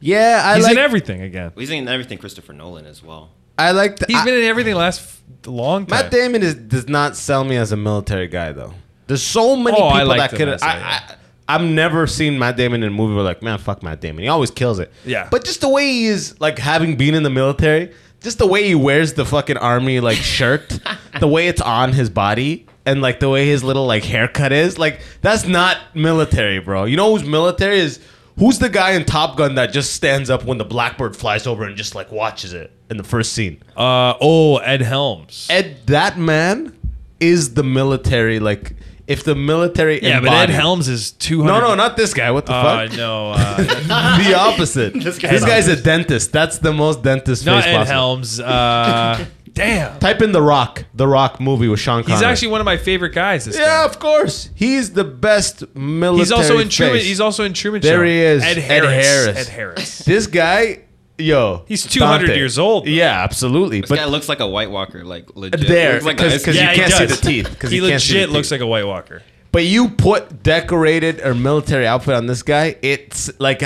[SPEAKER 2] yeah. I
[SPEAKER 1] He's
[SPEAKER 2] like.
[SPEAKER 1] in everything again.
[SPEAKER 3] He's in everything Christopher Nolan as well.
[SPEAKER 2] I like. The,
[SPEAKER 1] He's
[SPEAKER 2] I-
[SPEAKER 1] been in everything the last f- long time.
[SPEAKER 2] Matt Damon is, does not sell me as a military guy though. There's so many
[SPEAKER 1] Oh, I
[SPEAKER 2] people that
[SPEAKER 1] liked him
[SPEAKER 2] could. I,
[SPEAKER 1] as a-
[SPEAKER 2] I, I've never seen Matt Damon in a movie where like, man, fuck Matt Damon. He always kills it.
[SPEAKER 1] Yeah.
[SPEAKER 2] But just the way he is, like having been in the military, just the way he wears the fucking army like
[SPEAKER 1] <laughs>
[SPEAKER 2] shirt, the way it's on his body. And like the way his little like haircut is, like that's not military, bro. You know who's military is who's the guy in Top Gun that just stands up when the blackbird flies over and just like watches it in the first scene.
[SPEAKER 1] Uh, oh, Ed Helms.
[SPEAKER 2] Ed, that man is the military. Like, if the military,
[SPEAKER 1] yeah, but Ed
[SPEAKER 2] embodied-
[SPEAKER 1] Helms is 200.
[SPEAKER 2] No, no, not this guy. What the
[SPEAKER 1] Uh,
[SPEAKER 2] fuck?
[SPEAKER 1] no, <laughs> uh,
[SPEAKER 2] <laughs> the opposite. this,
[SPEAKER 3] guy's
[SPEAKER 2] guy's a dentist. That's the most dentist
[SPEAKER 1] not
[SPEAKER 2] face
[SPEAKER 1] Ed
[SPEAKER 2] possible.
[SPEAKER 1] Helms. Uh, <laughs> damn.
[SPEAKER 2] Type in the Rock. The Rock movie with Sean Connery.
[SPEAKER 1] He's actually one of my favorite guys. This
[SPEAKER 2] Yeah,
[SPEAKER 1] guy.
[SPEAKER 2] of course. He's the best military.
[SPEAKER 1] He's also in
[SPEAKER 2] face.
[SPEAKER 1] Truman. He's also in Truman
[SPEAKER 2] There
[SPEAKER 1] Show.
[SPEAKER 2] he is.
[SPEAKER 1] Ed
[SPEAKER 2] Ed
[SPEAKER 1] Harris.
[SPEAKER 2] Harris.
[SPEAKER 1] Ed
[SPEAKER 2] <laughs>
[SPEAKER 1] Harris.
[SPEAKER 2] this guy. Yo,
[SPEAKER 1] He's 200 years old, though.
[SPEAKER 2] Yeah, absolutely.
[SPEAKER 3] This
[SPEAKER 2] but
[SPEAKER 3] guy looks like a White Walker, like legit.
[SPEAKER 2] there,
[SPEAKER 3] Looks like
[SPEAKER 2] because
[SPEAKER 3] a-
[SPEAKER 1] Yeah,
[SPEAKER 2] you
[SPEAKER 1] he
[SPEAKER 2] can't see the
[SPEAKER 1] does.
[SPEAKER 2] teeth. 'cause
[SPEAKER 1] he
[SPEAKER 2] you can't see the
[SPEAKER 1] legit
[SPEAKER 2] teeth.
[SPEAKER 1] looks like a White Walker.
[SPEAKER 2] But you put decorated or military outfit on this guy, it's like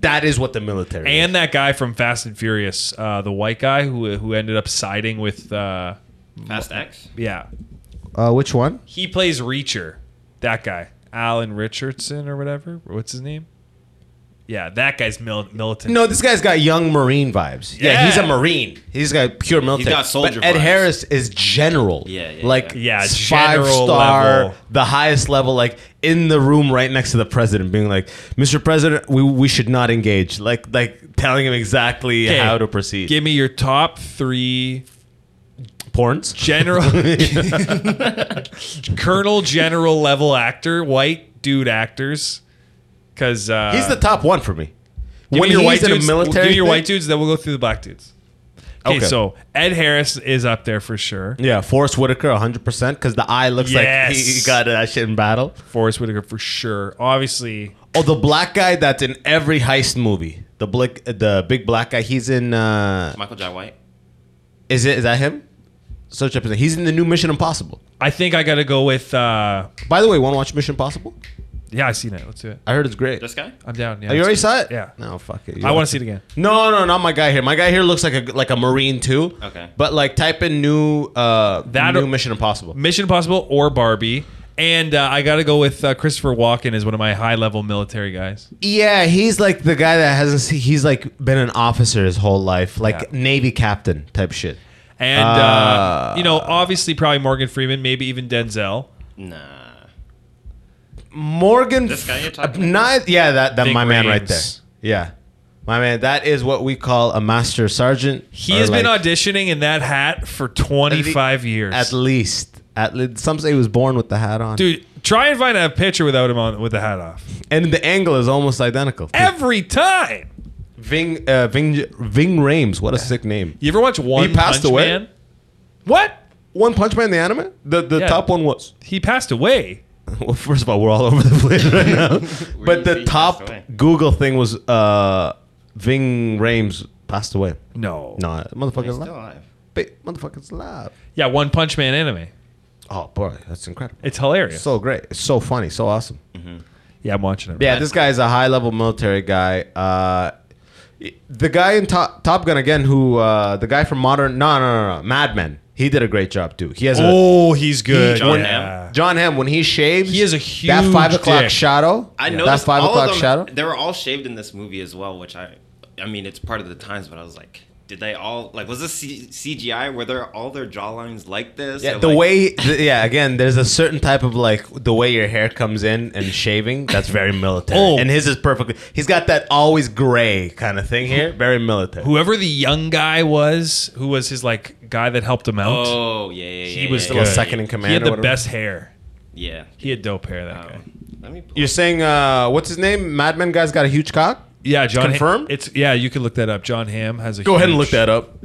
[SPEAKER 2] that is what the military. is.
[SPEAKER 1] And that guy from Fast and Furious, uh, the white guy who who ended up siding with, uh,
[SPEAKER 3] Fast X.
[SPEAKER 1] yeah,
[SPEAKER 2] uh, which one?
[SPEAKER 1] he plays Reacher. That guy, Alan Richardson or whatever. What's his name? Yeah, that guy's mil- militant.
[SPEAKER 2] No, this guy's got young Marine vibes. Yeah,
[SPEAKER 1] Yeah.
[SPEAKER 2] he's a Marine. He's got pure military.
[SPEAKER 3] got soldier
[SPEAKER 2] But Ed
[SPEAKER 3] vibes.
[SPEAKER 2] Harris is general.
[SPEAKER 3] Yeah, yeah,
[SPEAKER 2] like
[SPEAKER 1] yeah. Yeah,
[SPEAKER 2] five
[SPEAKER 1] general
[SPEAKER 2] star,
[SPEAKER 1] level.
[SPEAKER 2] the highest level, like in the room right next to the president, being like, "Mr. President, we, we should not engage." Like like telling him exactly
[SPEAKER 1] Okay,
[SPEAKER 2] how to proceed.
[SPEAKER 1] Give me your top three
[SPEAKER 2] Porns. <laughs>
[SPEAKER 1] general, colonel, general level actor, white dude actors. Because uh,
[SPEAKER 2] He's the top one for me.
[SPEAKER 1] give me
[SPEAKER 2] when
[SPEAKER 1] your
[SPEAKER 2] he's
[SPEAKER 1] white
[SPEAKER 2] in
[SPEAKER 1] dudes,
[SPEAKER 2] a military,
[SPEAKER 1] give me your
[SPEAKER 2] thing-
[SPEAKER 1] white dudes. Then we'll go through the black dudes. Okay,
[SPEAKER 2] Okay.
[SPEAKER 1] so Ed Harris is up there for sure.
[SPEAKER 2] Yeah, Forrest Whitaker, 100%, because the eye looks like he-
[SPEAKER 1] Yes.
[SPEAKER 2] he <laughs> got that shit in battle.
[SPEAKER 1] Forrest Whitaker for sure. Obviously,
[SPEAKER 2] Oh, the black guy that's in every heist movie. The blick, the big black guy. He's in. Uh,
[SPEAKER 3] Michael J. White.
[SPEAKER 2] is it? Is that him? Search up. his name. He's in the new Mission Impossible.
[SPEAKER 1] I think I got to go with. Uh,
[SPEAKER 2] By the way, want to watch Mission Impossible?
[SPEAKER 1] yeah, I seen it. Let's do it.
[SPEAKER 2] I heard it's great.
[SPEAKER 3] This guy?
[SPEAKER 1] I'm down. Yeah,
[SPEAKER 2] Oh, you
[SPEAKER 1] let's
[SPEAKER 2] already
[SPEAKER 1] do
[SPEAKER 2] saw it?
[SPEAKER 1] Yeah.
[SPEAKER 2] No, fuck it. You
[SPEAKER 1] I want
[SPEAKER 2] watch
[SPEAKER 1] to see it again.
[SPEAKER 2] No, no, not my guy here. My guy here looks like a like a marine too.
[SPEAKER 3] Okay.
[SPEAKER 2] But like, type in new uh
[SPEAKER 1] That-
[SPEAKER 2] new Mission Impossible.
[SPEAKER 1] Mission Impossible or Barbie. And uh, I got to go with uh, Christopher Walken is one of my high level military guys.
[SPEAKER 2] Yeah, he's like the guy that hasn't. Seen, he's like been an officer his whole life, like
[SPEAKER 1] Yeah.
[SPEAKER 2] Navy captain type shit.
[SPEAKER 1] And, uh,
[SPEAKER 2] Ah.
[SPEAKER 1] you know, obviously probably Morgan Freeman, maybe even Denzel.
[SPEAKER 3] Nah.
[SPEAKER 2] Morgan.
[SPEAKER 3] This guy you're talking
[SPEAKER 2] uh, Not, yeah, that, that
[SPEAKER 1] Big
[SPEAKER 2] my man right there.
[SPEAKER 1] brains.
[SPEAKER 2] Yeah. My man, that is what we call a master sergeant.
[SPEAKER 1] He
[SPEAKER 2] or
[SPEAKER 1] has been
[SPEAKER 2] like-
[SPEAKER 1] auditioning in that hat for 25 years.
[SPEAKER 2] At least. At least. Some say he was born with the hat on.
[SPEAKER 1] Dude, try and find a picture without him on with the hat
[SPEAKER 2] <laughs>
[SPEAKER 1] off.
[SPEAKER 2] And the angle is almost identical.
[SPEAKER 1] Every time.
[SPEAKER 2] Ving, uh, Ving, Ving Rames. What a sick name.
[SPEAKER 1] You ever watch One
[SPEAKER 2] passed
[SPEAKER 1] Punch
[SPEAKER 2] away?
[SPEAKER 1] Man? What?
[SPEAKER 2] One Punch Man, the anime? The, the
[SPEAKER 1] Yeah.
[SPEAKER 2] top one was. <laughs>
[SPEAKER 1] He passed away.
[SPEAKER 2] Well, first of all, we're all over the place
[SPEAKER 1] <laughs>
[SPEAKER 2] right now.
[SPEAKER 3] you
[SPEAKER 2] but
[SPEAKER 3] see
[SPEAKER 2] the
[SPEAKER 3] he
[SPEAKER 2] top
[SPEAKER 3] passed away.
[SPEAKER 2] Google thing was uh, Ving Rames passed away.
[SPEAKER 1] No.
[SPEAKER 2] No, motherfucker's
[SPEAKER 3] He's still
[SPEAKER 2] alive.
[SPEAKER 3] alive.
[SPEAKER 2] Ba- Motherfucker's alive.
[SPEAKER 1] Yeah, One Punch Man anime.
[SPEAKER 2] Oh boy, that's incredible.
[SPEAKER 1] It's hilarious.
[SPEAKER 2] so great. It's so funny. So awesome.
[SPEAKER 1] yeah, I'm watching it.
[SPEAKER 2] Yeah, this guy is a high level military guy. Uh, the guy in Top, Top Gun again, who uh, the guy from Modern No No No No Mad Men. He did a great job too. He has a
[SPEAKER 1] Oh, he's good.
[SPEAKER 3] John
[SPEAKER 1] Yeah.
[SPEAKER 3] Hamm.
[SPEAKER 2] John Hamm when he shaves.
[SPEAKER 1] He has a
[SPEAKER 2] that
[SPEAKER 1] huge
[SPEAKER 2] five o'clock
[SPEAKER 1] dick.
[SPEAKER 2] shadow.
[SPEAKER 3] I know
[SPEAKER 2] that five
[SPEAKER 3] all
[SPEAKER 2] o'clock
[SPEAKER 3] of them,
[SPEAKER 2] shadow.
[SPEAKER 3] They were all shaved in this movie as well, which I, I mean, it's part of the times, but I was like, did they all like was this C- CGI? Were there all their jawlines like this?
[SPEAKER 2] Yeah,
[SPEAKER 3] Or,
[SPEAKER 2] the
[SPEAKER 3] like,
[SPEAKER 2] way, th- yeah, again, there's a certain type of like the way your hair comes in and shaving. That's very military,
[SPEAKER 1] Oh.
[SPEAKER 2] and his is perfectly. He's got that always gray kind of thing here, very military.
[SPEAKER 1] Whoever the young guy was, who was his like guy that helped him out,
[SPEAKER 3] Oh yeah, yeah, yeah.
[SPEAKER 1] he was
[SPEAKER 3] yeah,
[SPEAKER 2] Still a
[SPEAKER 1] good.
[SPEAKER 2] second in command
[SPEAKER 1] He had
[SPEAKER 2] or
[SPEAKER 1] the
[SPEAKER 2] whatever.
[SPEAKER 1] best hair.
[SPEAKER 3] Yeah.
[SPEAKER 1] He had dope hair. That guy.
[SPEAKER 3] Um, let me. Pull
[SPEAKER 2] You're saying uh, what's his name? Madman guy's got a huge cock.
[SPEAKER 1] Yeah, John. Ha-
[SPEAKER 2] confirmed?
[SPEAKER 1] it's yeah. You can look that up. John Ham has a.
[SPEAKER 2] Go ahead and look
[SPEAKER 1] huge-
[SPEAKER 2] that <laughs> up.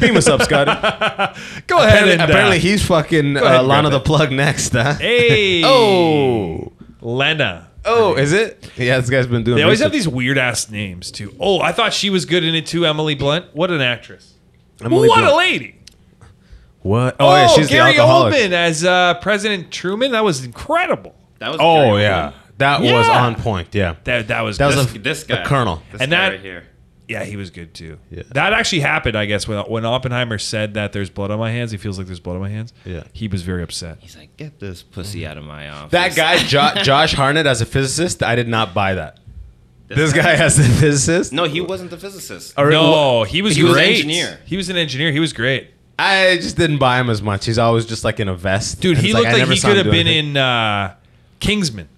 [SPEAKER 2] Beam us up, Scotty.
[SPEAKER 1] Go ahead
[SPEAKER 2] apparently,
[SPEAKER 1] and uh,
[SPEAKER 2] apparently he's fucking
[SPEAKER 1] ahead
[SPEAKER 2] uh,
[SPEAKER 1] and
[SPEAKER 2] Lana
[SPEAKER 1] grab
[SPEAKER 2] the Plug next, huh?
[SPEAKER 1] Hey.
[SPEAKER 2] Oh.
[SPEAKER 1] Lena.
[SPEAKER 2] Oh, is it? Yeah, this guy's been doing.
[SPEAKER 1] They always have
[SPEAKER 2] research.
[SPEAKER 1] these weird ass names too. Oh, I thought she was good in it too. Emily Blunt. What an actress.
[SPEAKER 2] Emily
[SPEAKER 1] what
[SPEAKER 2] Blunt.
[SPEAKER 1] a lady.
[SPEAKER 2] What?
[SPEAKER 1] Oh,
[SPEAKER 2] Oh, yeah, she's
[SPEAKER 1] Gary
[SPEAKER 2] the alcoholic.
[SPEAKER 1] Oldman as uh, President Truman. That was incredible.
[SPEAKER 3] That was
[SPEAKER 2] Oh
[SPEAKER 3] Gary
[SPEAKER 2] yeah, that was
[SPEAKER 1] Yeah.
[SPEAKER 2] on point. Yeah,
[SPEAKER 1] That that was
[SPEAKER 2] that was
[SPEAKER 1] good.
[SPEAKER 2] a,
[SPEAKER 3] Oldman. This
[SPEAKER 2] a
[SPEAKER 3] guy,
[SPEAKER 2] colonel.
[SPEAKER 3] This
[SPEAKER 1] And
[SPEAKER 3] guy
[SPEAKER 1] that-
[SPEAKER 3] right here.
[SPEAKER 1] yeah, he was good too.
[SPEAKER 2] Yeah.
[SPEAKER 1] That actually happened, I guess, when when Oppenheimer said that there's blood on my hands. He feels like there's blood on my hands.
[SPEAKER 2] Yeah.
[SPEAKER 1] he was very upset.
[SPEAKER 3] He's like, get this pussy out of my office.
[SPEAKER 2] That
[SPEAKER 1] <laughs>
[SPEAKER 2] guy, jo- Josh Harnett, as a physicist, I did not buy that. This
[SPEAKER 3] This
[SPEAKER 2] guy as a physicist.
[SPEAKER 3] No, he wasn't the physicist.
[SPEAKER 2] Or-
[SPEAKER 1] No, oh, he was
[SPEAKER 3] He was an
[SPEAKER 1] great.
[SPEAKER 3] engineer.
[SPEAKER 1] He was an engineer. He was great,
[SPEAKER 2] I just didn't buy him as much. He's always just like in a vest.
[SPEAKER 1] dude.
[SPEAKER 2] And
[SPEAKER 1] He
[SPEAKER 2] it's
[SPEAKER 1] looked
[SPEAKER 2] I
[SPEAKER 1] like,
[SPEAKER 2] never
[SPEAKER 1] he
[SPEAKER 2] saw him
[SPEAKER 1] could have
[SPEAKER 2] do
[SPEAKER 1] been
[SPEAKER 2] anything.
[SPEAKER 1] in uh, Kingsman.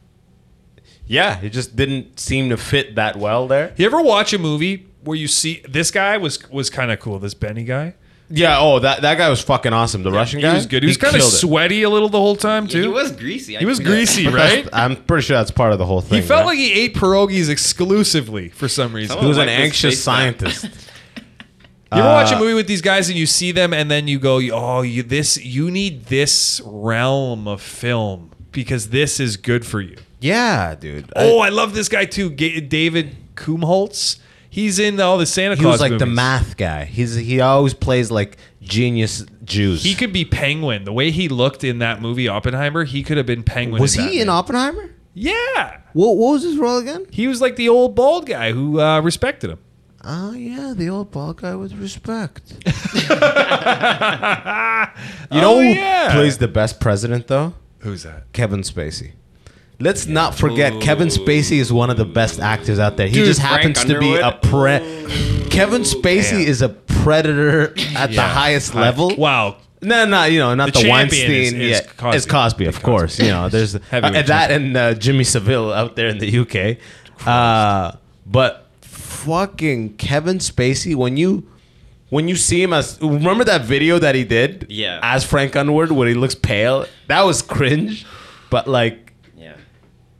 [SPEAKER 2] Yeah, he just didn't seem to fit that well there.
[SPEAKER 1] You ever watch a movie where you see this guy was was kind of cool. This Benny guy,
[SPEAKER 2] Yeah. Oh, that that guy was fucking awesome. The Russian
[SPEAKER 1] he
[SPEAKER 2] guy
[SPEAKER 1] was good. He was kind of
[SPEAKER 2] killed it.
[SPEAKER 1] sweaty a little the whole time too.
[SPEAKER 3] he was greasy. I
[SPEAKER 1] He was
[SPEAKER 3] forget.
[SPEAKER 1] greasy,
[SPEAKER 2] But that's-
[SPEAKER 1] right?
[SPEAKER 2] I'm pretty sure that's part of the whole thing.
[SPEAKER 1] He felt
[SPEAKER 2] right?
[SPEAKER 1] like he ate pierogies exclusively for some reason.
[SPEAKER 2] he was an
[SPEAKER 3] Like this
[SPEAKER 2] anxious
[SPEAKER 3] face down.
[SPEAKER 2] scientist.
[SPEAKER 1] <laughs> You ever watch a
[SPEAKER 2] Uh,
[SPEAKER 1] movie with these guys and you see them and then you go, "Oh, you this you need this realm of film because this is good for you."
[SPEAKER 2] Yeah, dude. I-
[SPEAKER 1] oh, I love this guy too, Ga David Kumholtz. He's in all the Santa
[SPEAKER 2] he
[SPEAKER 1] Claus
[SPEAKER 2] was like the
[SPEAKER 1] movies.
[SPEAKER 2] math guy. He's he always plays like genius Jews.
[SPEAKER 1] He could be Penguin. The way he looked in that movie Oppenheimer, he could have been Penguin.
[SPEAKER 2] was he
[SPEAKER 1] Batman.
[SPEAKER 2] in Oppenheimer?
[SPEAKER 1] Yeah.
[SPEAKER 2] What what was his role again?
[SPEAKER 1] He was like the old bald guy who uh, respected him.
[SPEAKER 2] Oh yeah, the old bald guy with
[SPEAKER 1] <laughs>
[SPEAKER 2] respect.
[SPEAKER 1] You
[SPEAKER 2] You know
[SPEAKER 1] Oh,
[SPEAKER 2] who
[SPEAKER 1] yeah.
[SPEAKER 2] plays the best president though?
[SPEAKER 1] Who's that?
[SPEAKER 2] Kevin Spacey. Let's not forget Kevin Spacey is one of the best actors out there. He
[SPEAKER 1] Dude,
[SPEAKER 2] just
[SPEAKER 3] Frank
[SPEAKER 2] happens to be a pre. Kevin Spacey
[SPEAKER 1] damn.
[SPEAKER 2] is a predator at the
[SPEAKER 1] Yeah.
[SPEAKER 2] highest
[SPEAKER 1] Hi-
[SPEAKER 2] level.
[SPEAKER 1] Wow.
[SPEAKER 2] No, no, you know, not
[SPEAKER 1] The
[SPEAKER 2] the,
[SPEAKER 1] champion
[SPEAKER 2] Weinstein.
[SPEAKER 1] is- is
[SPEAKER 2] yeah,
[SPEAKER 1] Cosby.
[SPEAKER 2] it's Cosby, of course. You know, there's uh,
[SPEAKER 1] <laughs> Heavyweight
[SPEAKER 2] and that and uh, Jimmy Seville out there in the UK. Uh, but fucking Kevin Spacey, when you when you see him as remember that video that he did,
[SPEAKER 3] Yeah.
[SPEAKER 2] as Frank Underwood when he looks pale, that was cringe. But like,
[SPEAKER 3] Yeah.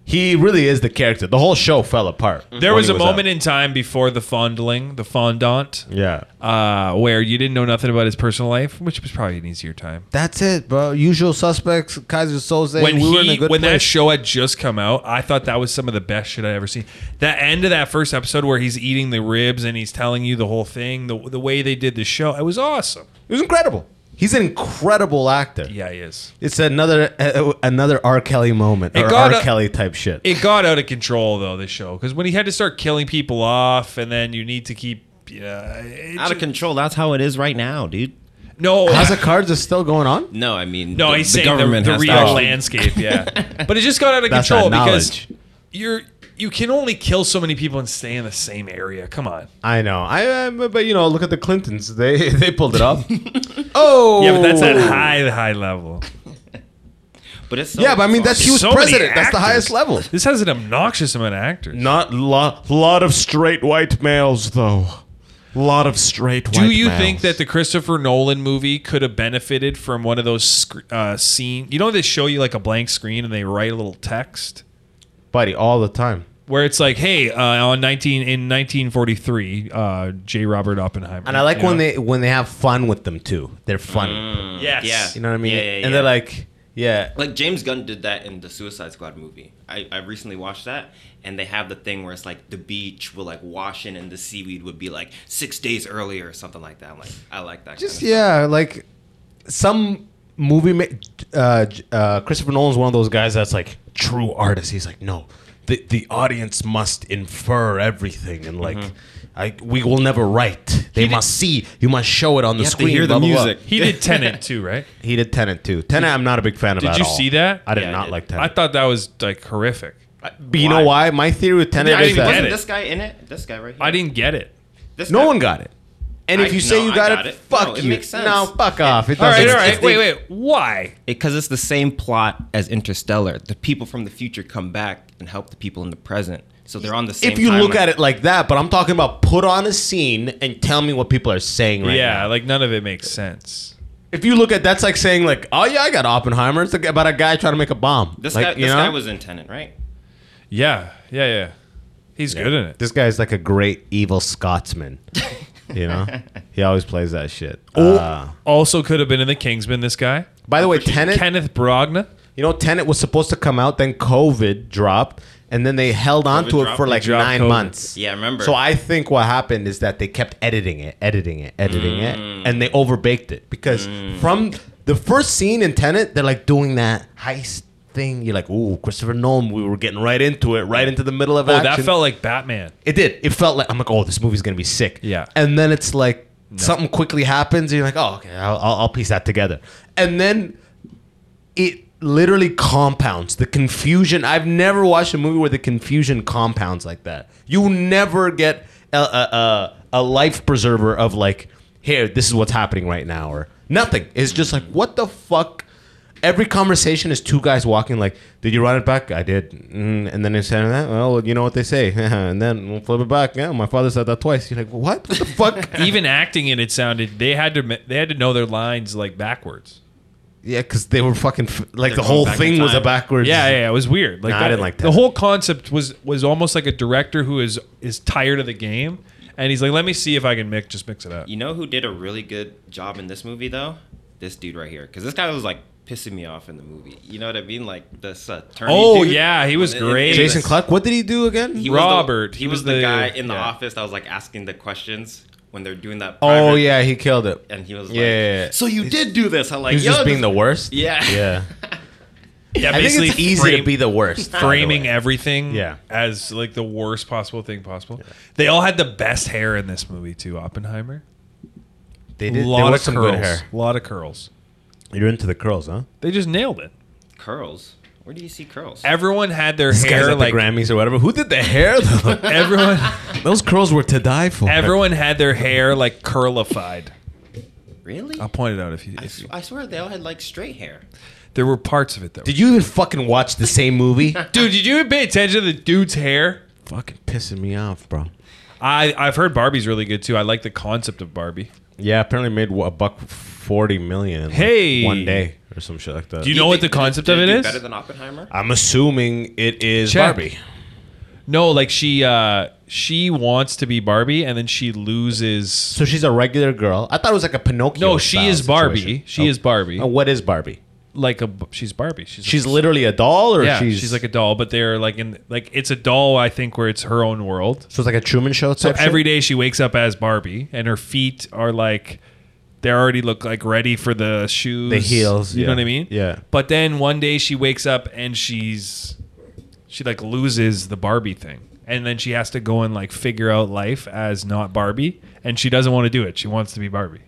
[SPEAKER 2] he really is the character. The whole show fell apart.
[SPEAKER 1] Mm-hmm. There
[SPEAKER 2] when
[SPEAKER 1] was
[SPEAKER 2] he
[SPEAKER 1] a moment
[SPEAKER 2] out.
[SPEAKER 1] in time before the fondling, the fondant,
[SPEAKER 2] yeah.
[SPEAKER 1] uh, where you didn't know nothing about his personal life, which was probably an easier time.
[SPEAKER 2] That's it, bro. Usual suspects, Kaiser Soze.
[SPEAKER 1] When
[SPEAKER 2] we were in
[SPEAKER 1] he,
[SPEAKER 2] a good
[SPEAKER 1] when
[SPEAKER 2] place.
[SPEAKER 1] that show had just come out, I thought that was some of the best shit I ever seen. That end of that first episode where he's eating the ribs and he's telling you the whole thing, the the way they did the show, it was awesome.
[SPEAKER 2] it was incredible. He's an incredible actor.
[SPEAKER 1] Yeah, he is.
[SPEAKER 2] It's another uh, another R. Kelly moment
[SPEAKER 1] It
[SPEAKER 2] or
[SPEAKER 1] got
[SPEAKER 2] R.
[SPEAKER 1] a-
[SPEAKER 2] Kelly type shit.
[SPEAKER 1] It got out of control though, the show, because when he had to start killing people off, and then you need to keep. Yeah, it
[SPEAKER 3] Out of
[SPEAKER 1] ju-
[SPEAKER 3] control. That's how it is right now, dude.
[SPEAKER 1] No,
[SPEAKER 2] <laughs> House of Cards is still going on.
[SPEAKER 3] No, I mean,
[SPEAKER 1] No,
[SPEAKER 3] the,
[SPEAKER 1] he's
[SPEAKER 3] the
[SPEAKER 1] saying
[SPEAKER 3] government
[SPEAKER 1] the, the
[SPEAKER 3] has to
[SPEAKER 1] real
[SPEAKER 3] actually-
[SPEAKER 1] landscape,
[SPEAKER 2] <laughs>
[SPEAKER 1] yeah. but it just got out of
[SPEAKER 2] That's
[SPEAKER 1] control
[SPEAKER 2] not
[SPEAKER 1] because
[SPEAKER 2] knowledge.
[SPEAKER 1] you're you can only kill so many people and stay in the same area. Come on.
[SPEAKER 2] I know. I, I but you know, look at the Clintons. They <laughs> they pulled
[SPEAKER 1] <laughs>
[SPEAKER 2] it off. oh,
[SPEAKER 1] Yeah, but that's at high high level.
[SPEAKER 3] But it's so
[SPEAKER 2] Yeah, but I mean that's he was
[SPEAKER 1] So many
[SPEAKER 2] president. That's the
[SPEAKER 1] actors.
[SPEAKER 2] highest level.
[SPEAKER 1] This has an obnoxious amount of actors.
[SPEAKER 2] Not lot lot of straight white males though. Lot of straight
[SPEAKER 1] Do you think that the Christopher Nolan movie could have benefited from one of those sc- uh, scene? You know, they show you like a blank screen and they write a little text.
[SPEAKER 2] buddy all the time?
[SPEAKER 1] Where it's like, hey, uh, on nineteen in nineteen forty three, uh, J. Robert Oppenheimer.
[SPEAKER 2] And I like
[SPEAKER 1] you
[SPEAKER 2] when
[SPEAKER 1] know?
[SPEAKER 2] they when they have fun with them too. They're funny.
[SPEAKER 1] yes,
[SPEAKER 3] Yeah.
[SPEAKER 2] You know what I mean?
[SPEAKER 3] Yeah, yeah,
[SPEAKER 2] And
[SPEAKER 3] yeah.
[SPEAKER 2] they're like, yeah,
[SPEAKER 3] Like James Gunn did that in the Suicide Squad movie. I, I recently watched that, and they have the thing where it's like the beach will like wash in, and the seaweed would be like six days earlier or something like that. I'm like, I like that.
[SPEAKER 2] just
[SPEAKER 3] kind of
[SPEAKER 2] yeah, like some movie. Ma- uh, J- uh, Christopher Nolan's one of those guys that's like true artist. He's like, no, the the audience must infer everything, and like, I we will never write. They
[SPEAKER 1] did-
[SPEAKER 2] must see. You must show it on the
[SPEAKER 3] have to
[SPEAKER 2] screen.
[SPEAKER 3] hear the
[SPEAKER 2] blah, blah, blah.
[SPEAKER 3] music.
[SPEAKER 1] He
[SPEAKER 2] <laughs>
[SPEAKER 1] did Tenet too, right?
[SPEAKER 2] He did Tenet too. Tenet, I'm not a big fan of.
[SPEAKER 1] Did
[SPEAKER 2] at
[SPEAKER 1] you
[SPEAKER 2] all.
[SPEAKER 1] see that?
[SPEAKER 2] I did
[SPEAKER 3] Yeah, I
[SPEAKER 2] not
[SPEAKER 3] did.
[SPEAKER 2] like
[SPEAKER 1] I
[SPEAKER 2] Tenet.
[SPEAKER 1] thought that was like horrific.
[SPEAKER 2] but you know why? My theory with Tenet
[SPEAKER 1] I
[SPEAKER 2] is
[SPEAKER 1] didn't
[SPEAKER 2] that
[SPEAKER 1] get
[SPEAKER 3] stuff.
[SPEAKER 1] it.
[SPEAKER 3] This guy in it. This guy right here.
[SPEAKER 1] I didn't get it.
[SPEAKER 3] This
[SPEAKER 2] no
[SPEAKER 3] guy-
[SPEAKER 2] one got it. And if
[SPEAKER 3] I-
[SPEAKER 2] you say
[SPEAKER 3] no,
[SPEAKER 2] you
[SPEAKER 3] I
[SPEAKER 2] got,
[SPEAKER 3] got
[SPEAKER 2] it,
[SPEAKER 3] it.
[SPEAKER 2] fuck
[SPEAKER 3] No, it
[SPEAKER 2] you.
[SPEAKER 3] makes sense.
[SPEAKER 2] No, fuck off. It
[SPEAKER 1] All right,
[SPEAKER 2] doesn't-
[SPEAKER 1] all
[SPEAKER 2] it's
[SPEAKER 1] right.
[SPEAKER 2] the-
[SPEAKER 1] Wait, wait. Why?
[SPEAKER 3] because it's the same plot as Interstellar. The people from the future come back and help the people in the present, so they're on the same.
[SPEAKER 2] If you look
[SPEAKER 3] timeline.
[SPEAKER 2] at it like that, but I'm talking about put on a scene and tell me what people are saying right
[SPEAKER 1] yeah,
[SPEAKER 2] now.
[SPEAKER 1] like none of it makes sense.
[SPEAKER 2] If you look at that's like saying like, oh yeah, I got Oppenheimer. It's like about a guy trying to make a bomb.
[SPEAKER 3] this
[SPEAKER 2] Like,
[SPEAKER 3] guy,
[SPEAKER 2] you
[SPEAKER 3] this
[SPEAKER 2] know?
[SPEAKER 3] guy was in Tenant, right?
[SPEAKER 1] Yeah, yeah, yeah. He's good in it.
[SPEAKER 2] This guy's like a great evil
[SPEAKER 3] <laughs>
[SPEAKER 2] Scotsman. you know, he always plays that shit.
[SPEAKER 1] Oh,
[SPEAKER 2] Uh,
[SPEAKER 1] also could have been in the Kingsman. This guy,
[SPEAKER 2] by the way, Tenet.
[SPEAKER 1] Kenneth Brogna.
[SPEAKER 2] You know, Tenet was supposed to come out, then COVID dropped, and then they held on
[SPEAKER 3] COVID
[SPEAKER 2] to it
[SPEAKER 3] dropped?
[SPEAKER 2] for
[SPEAKER 3] They
[SPEAKER 2] like
[SPEAKER 1] dropped
[SPEAKER 2] nine
[SPEAKER 1] COVID.
[SPEAKER 2] months.
[SPEAKER 3] Yeah, I remember.
[SPEAKER 2] So I think what happened is that they kept editing it, editing it, editing it, and they overbaked it because from the first scene in Tenet, they're like doing that heist thing. You're like, ooh, Christopher Nolan. We were getting right into it, right into the middle of
[SPEAKER 1] Oh,
[SPEAKER 2] action.
[SPEAKER 1] that felt like Batman.
[SPEAKER 2] <laughs> It did. It felt like I'm like, oh, this movie's gonna be sick.
[SPEAKER 1] Yeah.
[SPEAKER 2] And then it's like something quickly happens. And you're like, oh, okay, I'll, I'll, I'll piece that together. And then it literally compounds the confusion. I've never watched a movie where the confusion compounds like that. You never get a a, a, a life preserver of like, here, this is what's happening right now, or nothing. It's just like, what the fuck. Every conversation is two guys walking like, "Did you run it back? I did." Mm, and then they said that. Well, you know what they say. <laughs> and then we'll flip it back. Yeah, my father said that twice. You're like, "What? What the fuck?"
[SPEAKER 3] <laughs>
[SPEAKER 1] Even acting in it sounded. They had to. They had to know their lines like backwards.
[SPEAKER 2] yeah, because they were fucking f- like
[SPEAKER 3] They're
[SPEAKER 2] the
[SPEAKER 3] going
[SPEAKER 2] whole
[SPEAKER 3] back in
[SPEAKER 2] thing was a
[SPEAKER 3] time.
[SPEAKER 2] backwards.
[SPEAKER 1] Yeah, yeah, yeah, it was weird. Like
[SPEAKER 2] Nah, I
[SPEAKER 1] that-
[SPEAKER 2] didn't like
[SPEAKER 1] the
[SPEAKER 2] Tenet.
[SPEAKER 1] whole concept was was almost like a director who is is tired of the game, and he's like, "Let me see if I can mix just mix it up."
[SPEAKER 3] You know who did a really good job in this movie though? This dude right here, because this guy was like pissing me off in the movie. You know what I mean? Like this attorney.
[SPEAKER 1] Oh,
[SPEAKER 3] dude.
[SPEAKER 1] yeah, he was
[SPEAKER 3] In- in- in
[SPEAKER 1] great.
[SPEAKER 2] Jason
[SPEAKER 3] this.
[SPEAKER 2] Clark, what did he do again?
[SPEAKER 3] He was the-
[SPEAKER 1] Robert,
[SPEAKER 3] he, was, the, guy in the
[SPEAKER 1] yeah.
[SPEAKER 3] office that was like asking the questions when they're doing that.
[SPEAKER 2] oh
[SPEAKER 3] private-
[SPEAKER 2] yeah, he killed it.
[SPEAKER 3] and he was
[SPEAKER 2] Yeah,
[SPEAKER 3] like,
[SPEAKER 2] yeah, yeah.
[SPEAKER 3] "So you did do this?" I'm like,
[SPEAKER 2] he was
[SPEAKER 3] "Yo,
[SPEAKER 2] just being
[SPEAKER 3] this-
[SPEAKER 2] the worst.
[SPEAKER 3] Yeah.
[SPEAKER 2] yeah.
[SPEAKER 1] Yeah,
[SPEAKER 2] I think it's easy to
[SPEAKER 1] frame-
[SPEAKER 2] be the worst. by the
[SPEAKER 1] framing
[SPEAKER 2] way.
[SPEAKER 1] everything
[SPEAKER 2] Yeah.
[SPEAKER 1] as like the worst possible thing possible. They all had the best hair in this movie too. Oppenheimer,
[SPEAKER 2] They
[SPEAKER 1] a
[SPEAKER 2] did.
[SPEAKER 1] lot
[SPEAKER 2] there
[SPEAKER 1] of
[SPEAKER 2] was some
[SPEAKER 1] curls,
[SPEAKER 2] good hair.
[SPEAKER 1] a lot of curls.
[SPEAKER 2] You're into the curls, huh?
[SPEAKER 1] They just nailed it.
[SPEAKER 3] <laughs> curls. Where do you see curls?
[SPEAKER 1] Everyone had their
[SPEAKER 2] This guy's
[SPEAKER 1] hair
[SPEAKER 2] at
[SPEAKER 1] like
[SPEAKER 2] the Grammys or whatever. Who did the hair though?
[SPEAKER 1] everyone.
[SPEAKER 2] <laughs>
[SPEAKER 1] <laughs>
[SPEAKER 2] Those curls were to die for.
[SPEAKER 1] everyone had their hair like curlified.
[SPEAKER 3] really?
[SPEAKER 1] I'll point it out if you.
[SPEAKER 3] I,
[SPEAKER 1] If
[SPEAKER 3] sw-
[SPEAKER 1] you
[SPEAKER 3] I swear they all had like straight hair.
[SPEAKER 1] there were parts of it that. were
[SPEAKER 2] Did you even fucking watch the
[SPEAKER 1] <laughs>
[SPEAKER 2] same movie?
[SPEAKER 1] Dude, did you even pay attention to the dude's hair?
[SPEAKER 2] fucking pissing me off, bro.
[SPEAKER 1] I I've heard Barbie's really good too. I like the concept of Barbie.
[SPEAKER 2] Yeah, apparently made a buck forty million in like,
[SPEAKER 1] Hey.
[SPEAKER 2] one day or some shit like that.
[SPEAKER 1] Do you know what the
[SPEAKER 3] think- did
[SPEAKER 1] concept
[SPEAKER 3] did
[SPEAKER 1] of it
[SPEAKER 3] do
[SPEAKER 1] is?
[SPEAKER 3] Better than Oppenheimer.
[SPEAKER 2] I'm assuming it is
[SPEAKER 1] Check.
[SPEAKER 2] Barbie.
[SPEAKER 1] No, like she uh she wants to be Barbie and then she loses.
[SPEAKER 2] So she's a regular girl. I thought it was like a Pinocchio.
[SPEAKER 1] No, she
[SPEAKER 2] style
[SPEAKER 1] is Barbie.
[SPEAKER 2] situation.
[SPEAKER 1] She is Barbie.
[SPEAKER 2] Oh, what is Barbie?
[SPEAKER 1] Like a b- she's Barbie. She's
[SPEAKER 2] She's literally a doll, or
[SPEAKER 1] yeah.
[SPEAKER 2] she's
[SPEAKER 1] She's, like a doll, but they're like in like it's a doll. I think where it's her own world.
[SPEAKER 2] so it's like a Truman Show.
[SPEAKER 1] So
[SPEAKER 2] Type shit?
[SPEAKER 1] every day she wakes up as Barbie, and her feet are like they already look like ready for the shoes,
[SPEAKER 2] The heels,
[SPEAKER 1] You
[SPEAKER 2] yeah.
[SPEAKER 1] know what I mean?
[SPEAKER 2] Yeah.
[SPEAKER 1] But then one day she wakes up and she's she like loses the Barbie thing, and then she has to go and like figure out life as not Barbie, and she doesn't want to do it. She wants to be Barbie.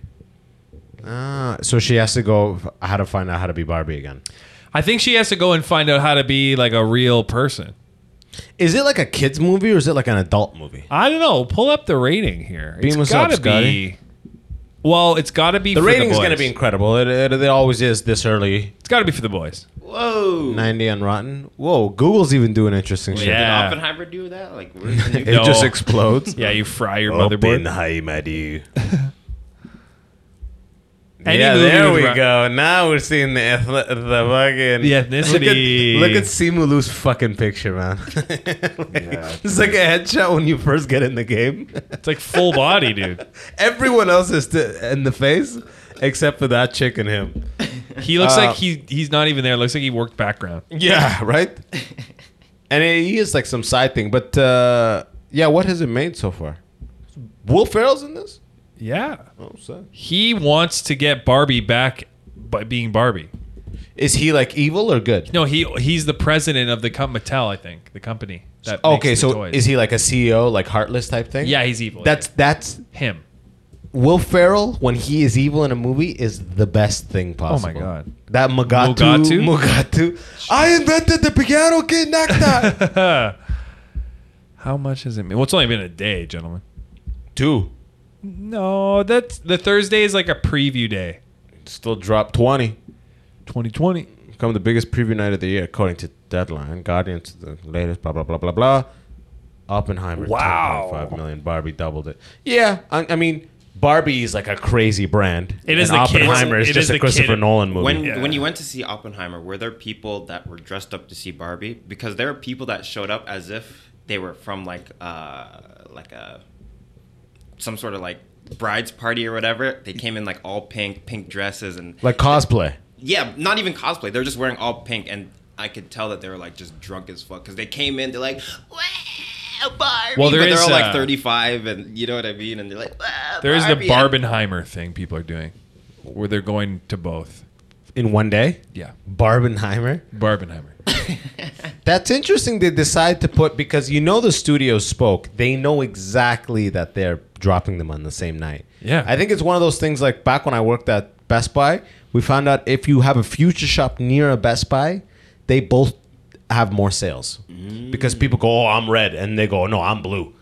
[SPEAKER 2] Ah, so she has to go f- how to find out how to be Barbie again.
[SPEAKER 1] I think she has to go and find out how to be like a real person.
[SPEAKER 2] Is it like a kids movie or is it like an adult movie?
[SPEAKER 1] I don't know. Pull up the rating here.
[SPEAKER 2] Beam
[SPEAKER 1] it's
[SPEAKER 2] us up,
[SPEAKER 1] gotta be. Well, it's gotta be.
[SPEAKER 2] The
[SPEAKER 1] for
[SPEAKER 2] rating's
[SPEAKER 1] the
[SPEAKER 2] going to
[SPEAKER 1] boys.
[SPEAKER 2] be incredible. It, it, it always is this early.
[SPEAKER 1] It's gotta be for the boys.
[SPEAKER 3] Whoa.
[SPEAKER 2] 90 on Rotten. Whoa, Google's even doing interesting shit.
[SPEAKER 1] Yeah.
[SPEAKER 3] Did Oppenheimer do that? Like, where's the
[SPEAKER 2] It
[SPEAKER 3] new-
[SPEAKER 1] No.
[SPEAKER 2] just <laughs> explodes.
[SPEAKER 1] Yeah, you fry your
[SPEAKER 2] Up
[SPEAKER 1] motherboard.
[SPEAKER 2] in high, my dear.
[SPEAKER 1] Any
[SPEAKER 2] yeah,
[SPEAKER 1] movie
[SPEAKER 2] there
[SPEAKER 1] with
[SPEAKER 2] we
[SPEAKER 1] Ro-
[SPEAKER 2] go. Now we're seeing the eth- the fucking
[SPEAKER 1] The ethnicity.
[SPEAKER 2] Look at, look at Simu Lu's fucking picture, man. <laughs> Like, It's like a headshot when you first get in the game.
[SPEAKER 1] It's like full body, dude.
[SPEAKER 2] Everyone else is to, in the face except for that chick and him.
[SPEAKER 1] He looks
[SPEAKER 2] Uh,
[SPEAKER 1] like he he's not even there. Looks like he worked background.
[SPEAKER 2] Yeah, <laughs> right. and he is like some side thing, but uh, yeah, what has it made so far? Will Ferrell's in this?
[SPEAKER 1] Yeah.
[SPEAKER 2] Oh, sad.
[SPEAKER 1] He wants to get Barbie back by being Barbie.
[SPEAKER 2] Is he like evil or good?
[SPEAKER 1] No, he he's the president of the com- Mattel, I think, the company. That
[SPEAKER 2] okay, so is he like a CEO, like heartless type thing?
[SPEAKER 1] Yeah, he's evil.
[SPEAKER 2] That's that's
[SPEAKER 1] yeah. him.
[SPEAKER 2] Will Ferrell when he is evil in a movie is the best thing possible.
[SPEAKER 1] Oh God.
[SPEAKER 2] that Mugatu,
[SPEAKER 1] Mugatu?
[SPEAKER 2] <laughs> Mugatu, I invented the piano que nacta.
[SPEAKER 1] <laughs> How much is it? Well, it's only been a day, gentlemen.
[SPEAKER 2] Two.
[SPEAKER 1] No, that's the Thursday is like a preview day.
[SPEAKER 2] Still drop 20.
[SPEAKER 1] 2020.
[SPEAKER 2] Become the biggest preview night of the year, according to Deadline. Guardian to the latest, blah, blah, blah, blah, blah. Oppenheimer,
[SPEAKER 1] Wow.
[SPEAKER 2] 10.5 million. Barbie doubled it. Yeah, I, I mean, Barbie is like a crazy brand.
[SPEAKER 1] It is
[SPEAKER 2] And
[SPEAKER 1] the kid-
[SPEAKER 2] Oppenheimer is
[SPEAKER 1] it is
[SPEAKER 2] just
[SPEAKER 1] the
[SPEAKER 2] a
[SPEAKER 1] kid-
[SPEAKER 2] Christopher Nolan movie.
[SPEAKER 3] When
[SPEAKER 1] Yeah.
[SPEAKER 3] when you went to see Oppenheimer, were there people that were dressed up to see Barbie? Because there are people that showed up as if they were from like uh like a some sort of like bride's party or whatever. They came in like all pink, pink dresses and
[SPEAKER 2] like cosplay.
[SPEAKER 3] yeah, not even cosplay. They're just wearing all pink, and I could tell that they were like just drunk as fuck because they came in. They're like, "Wow, Barbie!"
[SPEAKER 1] Well, there
[SPEAKER 3] but
[SPEAKER 1] is,
[SPEAKER 3] they're all
[SPEAKER 1] uh,
[SPEAKER 3] like 35, and you know what I mean. And they're like, "Wow,
[SPEAKER 1] There is
[SPEAKER 3] Barbie.
[SPEAKER 1] the Barbenheimer thing people are doing, where they're going to both.
[SPEAKER 2] In one day?
[SPEAKER 1] Yeah,
[SPEAKER 2] Barbenheimer?
[SPEAKER 1] Barbenheimer.
[SPEAKER 2] That's interesting. They decide to put because you know the studios spoke. They know exactly that they're dropping them on the same night.
[SPEAKER 1] Yeah.
[SPEAKER 2] I think it's one of those things. Like back when I worked at Best Buy, we found out if you have a future shop near a Best Buy, they both have more sales because people go, "Oh, I'm red," and they go, "No, I'm blue."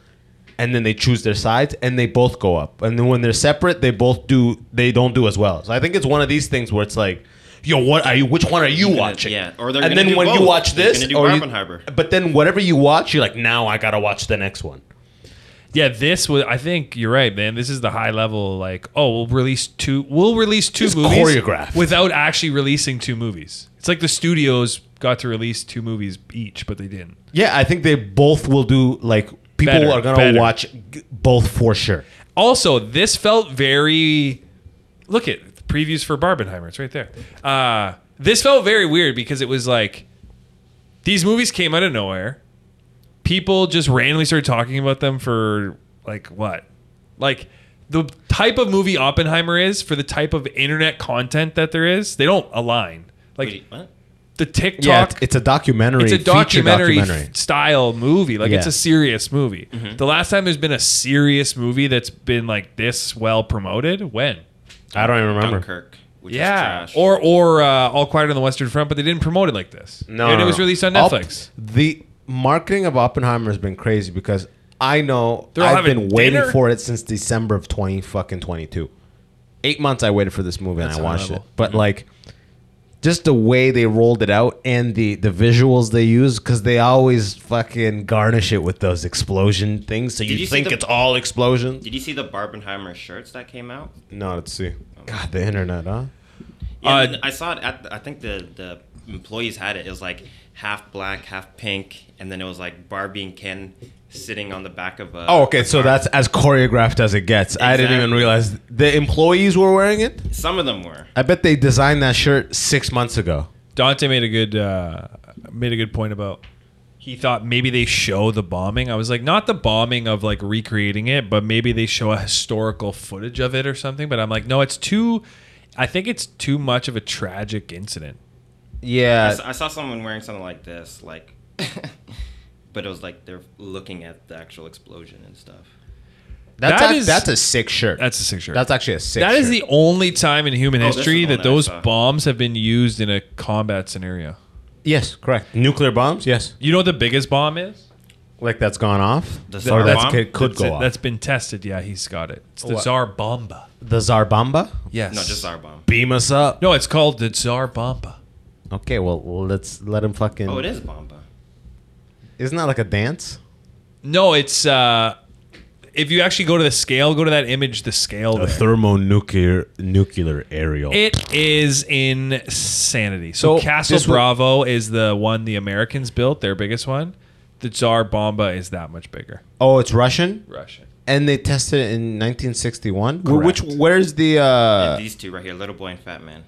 [SPEAKER 2] And then they choose their sides, and they both go up. And then when they're separate, they both do. They don't do as well. So I think it's one of these things where it's like, "Yo, what are you? Which one are you
[SPEAKER 3] gonna-
[SPEAKER 2] watching?"
[SPEAKER 3] yeah, or they're
[SPEAKER 2] and
[SPEAKER 3] gonna
[SPEAKER 2] then
[SPEAKER 3] do
[SPEAKER 2] when you
[SPEAKER 3] both.
[SPEAKER 2] watch
[SPEAKER 3] They're
[SPEAKER 2] this,
[SPEAKER 3] gonna do
[SPEAKER 2] or you-
[SPEAKER 3] Barbenheimer.
[SPEAKER 2] but then whatever you watch, you're like, now I gotta watch the next one.
[SPEAKER 1] <coughs> Yeah, this was. I think you're right, man. This is the high level. Like, oh, we'll release two. We'll release two
[SPEAKER 2] It's
[SPEAKER 1] movies
[SPEAKER 2] choreographed.
[SPEAKER 1] without actually releasing two movies. It's like the studios got to release two movies each, but they didn't.
[SPEAKER 2] Yeah, I think they both will do like people
[SPEAKER 1] Better,
[SPEAKER 2] are gonna
[SPEAKER 1] better.
[SPEAKER 2] watch g- both for sure.
[SPEAKER 1] Also, this felt very. Look at previews for Barbenheimer. It's right there. Uh, this felt very weird because it was like these movies came out of nowhere. People just randomly started talking about them for like what? Like the type of movie Oppenheimer is for the type of internet content that there is, they don't align. Like
[SPEAKER 3] Wait, what?
[SPEAKER 1] the TikTok
[SPEAKER 2] Yeah, it's, it's a documentary.
[SPEAKER 1] it's a
[SPEAKER 2] feature
[SPEAKER 1] documentary, f- style movie. Like it's
[SPEAKER 2] Yeah.
[SPEAKER 1] a serious movie.
[SPEAKER 3] Mm-hmm.
[SPEAKER 1] The last time there's been a serious movie that's been like this well promoted, when?
[SPEAKER 2] I don't even remember.
[SPEAKER 3] Dunkirk, which
[SPEAKER 1] yeah,
[SPEAKER 3] is trash.
[SPEAKER 1] or or uh, All Quiet on the Western Front, but they didn't promote it like this.
[SPEAKER 2] No,
[SPEAKER 1] and
[SPEAKER 2] no,
[SPEAKER 1] it was
[SPEAKER 2] no.
[SPEAKER 1] released on
[SPEAKER 2] Op-
[SPEAKER 1] Netflix.
[SPEAKER 2] the marketing of Oppenheimer has been crazy because I know
[SPEAKER 1] They're all
[SPEAKER 2] I've
[SPEAKER 1] having
[SPEAKER 2] been waiting
[SPEAKER 1] dinner?
[SPEAKER 2] for it since December of twenty fucking twenty two. Eight months I waited for this movie
[SPEAKER 1] That's Mm-hmm.
[SPEAKER 2] and I watched
[SPEAKER 1] horrible.
[SPEAKER 2] it, but like just the way they rolled it out and the the visuals they use because they always fucking garnish it with those explosion things, so you,
[SPEAKER 3] Did you see
[SPEAKER 2] think
[SPEAKER 3] the-
[SPEAKER 2] it's all explosions.
[SPEAKER 3] Did you see the Barbenheimer shirts that came out?
[SPEAKER 2] No, let's see. God, the internet, huh?
[SPEAKER 3] Yeah,
[SPEAKER 1] Uh,
[SPEAKER 3] and I saw it at. the- I think the the employees had it. It was like half black, half pink, and then it was like Barbie and Ken sitting on the back of a.
[SPEAKER 2] Oh, okay. So that's as choreographed as it gets. I didn't even
[SPEAKER 3] Exactly.
[SPEAKER 2] realize the employees were wearing it.
[SPEAKER 3] Some of them were.
[SPEAKER 2] I bet they designed that shirt six months ago.
[SPEAKER 1] Dante made a good uh, made a good point about he thought maybe they show the bombing. I was like, not the bombing of like recreating it, but maybe they show a historical footage of it or something. But I'm like, no, it's too. I think it's too much of a tragic incident.
[SPEAKER 3] I
[SPEAKER 2] Yeah.
[SPEAKER 3] s- I saw someone wearing something like this, like, but it was like they're looking at the actual explosion and stuff.
[SPEAKER 2] That's
[SPEAKER 1] That
[SPEAKER 2] a,
[SPEAKER 1] is-
[SPEAKER 2] that's a sick shirt.
[SPEAKER 1] That's a sick shirt.
[SPEAKER 2] That's actually a sick
[SPEAKER 1] That
[SPEAKER 2] shirt.
[SPEAKER 1] is the only time in human
[SPEAKER 3] Oh, this
[SPEAKER 1] history
[SPEAKER 3] is the
[SPEAKER 1] that
[SPEAKER 3] one I
[SPEAKER 1] those
[SPEAKER 3] saw.
[SPEAKER 1] bombs have been used in a combat scenario.
[SPEAKER 2] Yes, correct. Nuclear bombs? Yes.
[SPEAKER 1] You know what the biggest bomb is?
[SPEAKER 2] Like that's gone off?
[SPEAKER 3] The
[SPEAKER 2] or
[SPEAKER 3] Tsar
[SPEAKER 2] that's,
[SPEAKER 3] bomb?
[SPEAKER 2] Could, could
[SPEAKER 1] That's
[SPEAKER 2] go
[SPEAKER 1] it.
[SPEAKER 2] off.
[SPEAKER 1] That's been tested. Yeah, he's got it. It's the
[SPEAKER 2] What?
[SPEAKER 1] Tsar Bomba.
[SPEAKER 2] the Tsar Bomba?
[SPEAKER 1] Yes.
[SPEAKER 3] No, just our bomb.
[SPEAKER 2] Beam us up.
[SPEAKER 1] No, it's called the Tsar Bomba.
[SPEAKER 2] Okay, well, well, let's let him fucking.
[SPEAKER 3] Oh, it is Bomba.
[SPEAKER 2] Isn't that like a dance?
[SPEAKER 1] No, it's uh if you actually go to the scale, go to that image, the scale there.
[SPEAKER 2] thermonuclear nuclear aerial.
[SPEAKER 1] It is insanity. So,
[SPEAKER 2] So,
[SPEAKER 1] Castle
[SPEAKER 2] this wa-
[SPEAKER 1] Bravo is the one the Americans built, their biggest one. The Tsar Bomba is that much bigger.
[SPEAKER 2] oh, it's Russian?
[SPEAKER 1] Russian.
[SPEAKER 2] And they tested it in 1961? Wh- Which,
[SPEAKER 1] Correct.
[SPEAKER 2] where's the.
[SPEAKER 3] And
[SPEAKER 2] uh
[SPEAKER 3] these two right here, Little Boy and Fat Man.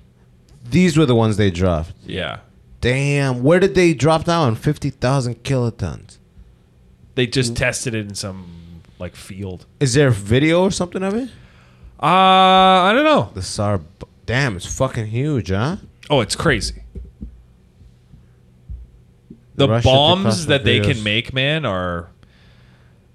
[SPEAKER 2] These were the ones they dropped.
[SPEAKER 1] Yeah.
[SPEAKER 2] Damn. Where did they drop down? 50,000 kilotons.
[SPEAKER 1] They just tested it in some like field.
[SPEAKER 2] Is there a video or something of it?
[SPEAKER 1] Uh I don't know.
[SPEAKER 2] The Tsar. B- Damn, it's fucking huge, huh?
[SPEAKER 1] Oh, it's crazy. The
[SPEAKER 2] Russia took
[SPEAKER 1] bombs
[SPEAKER 2] off
[SPEAKER 1] that they
[SPEAKER 2] videos.
[SPEAKER 1] can make, man, are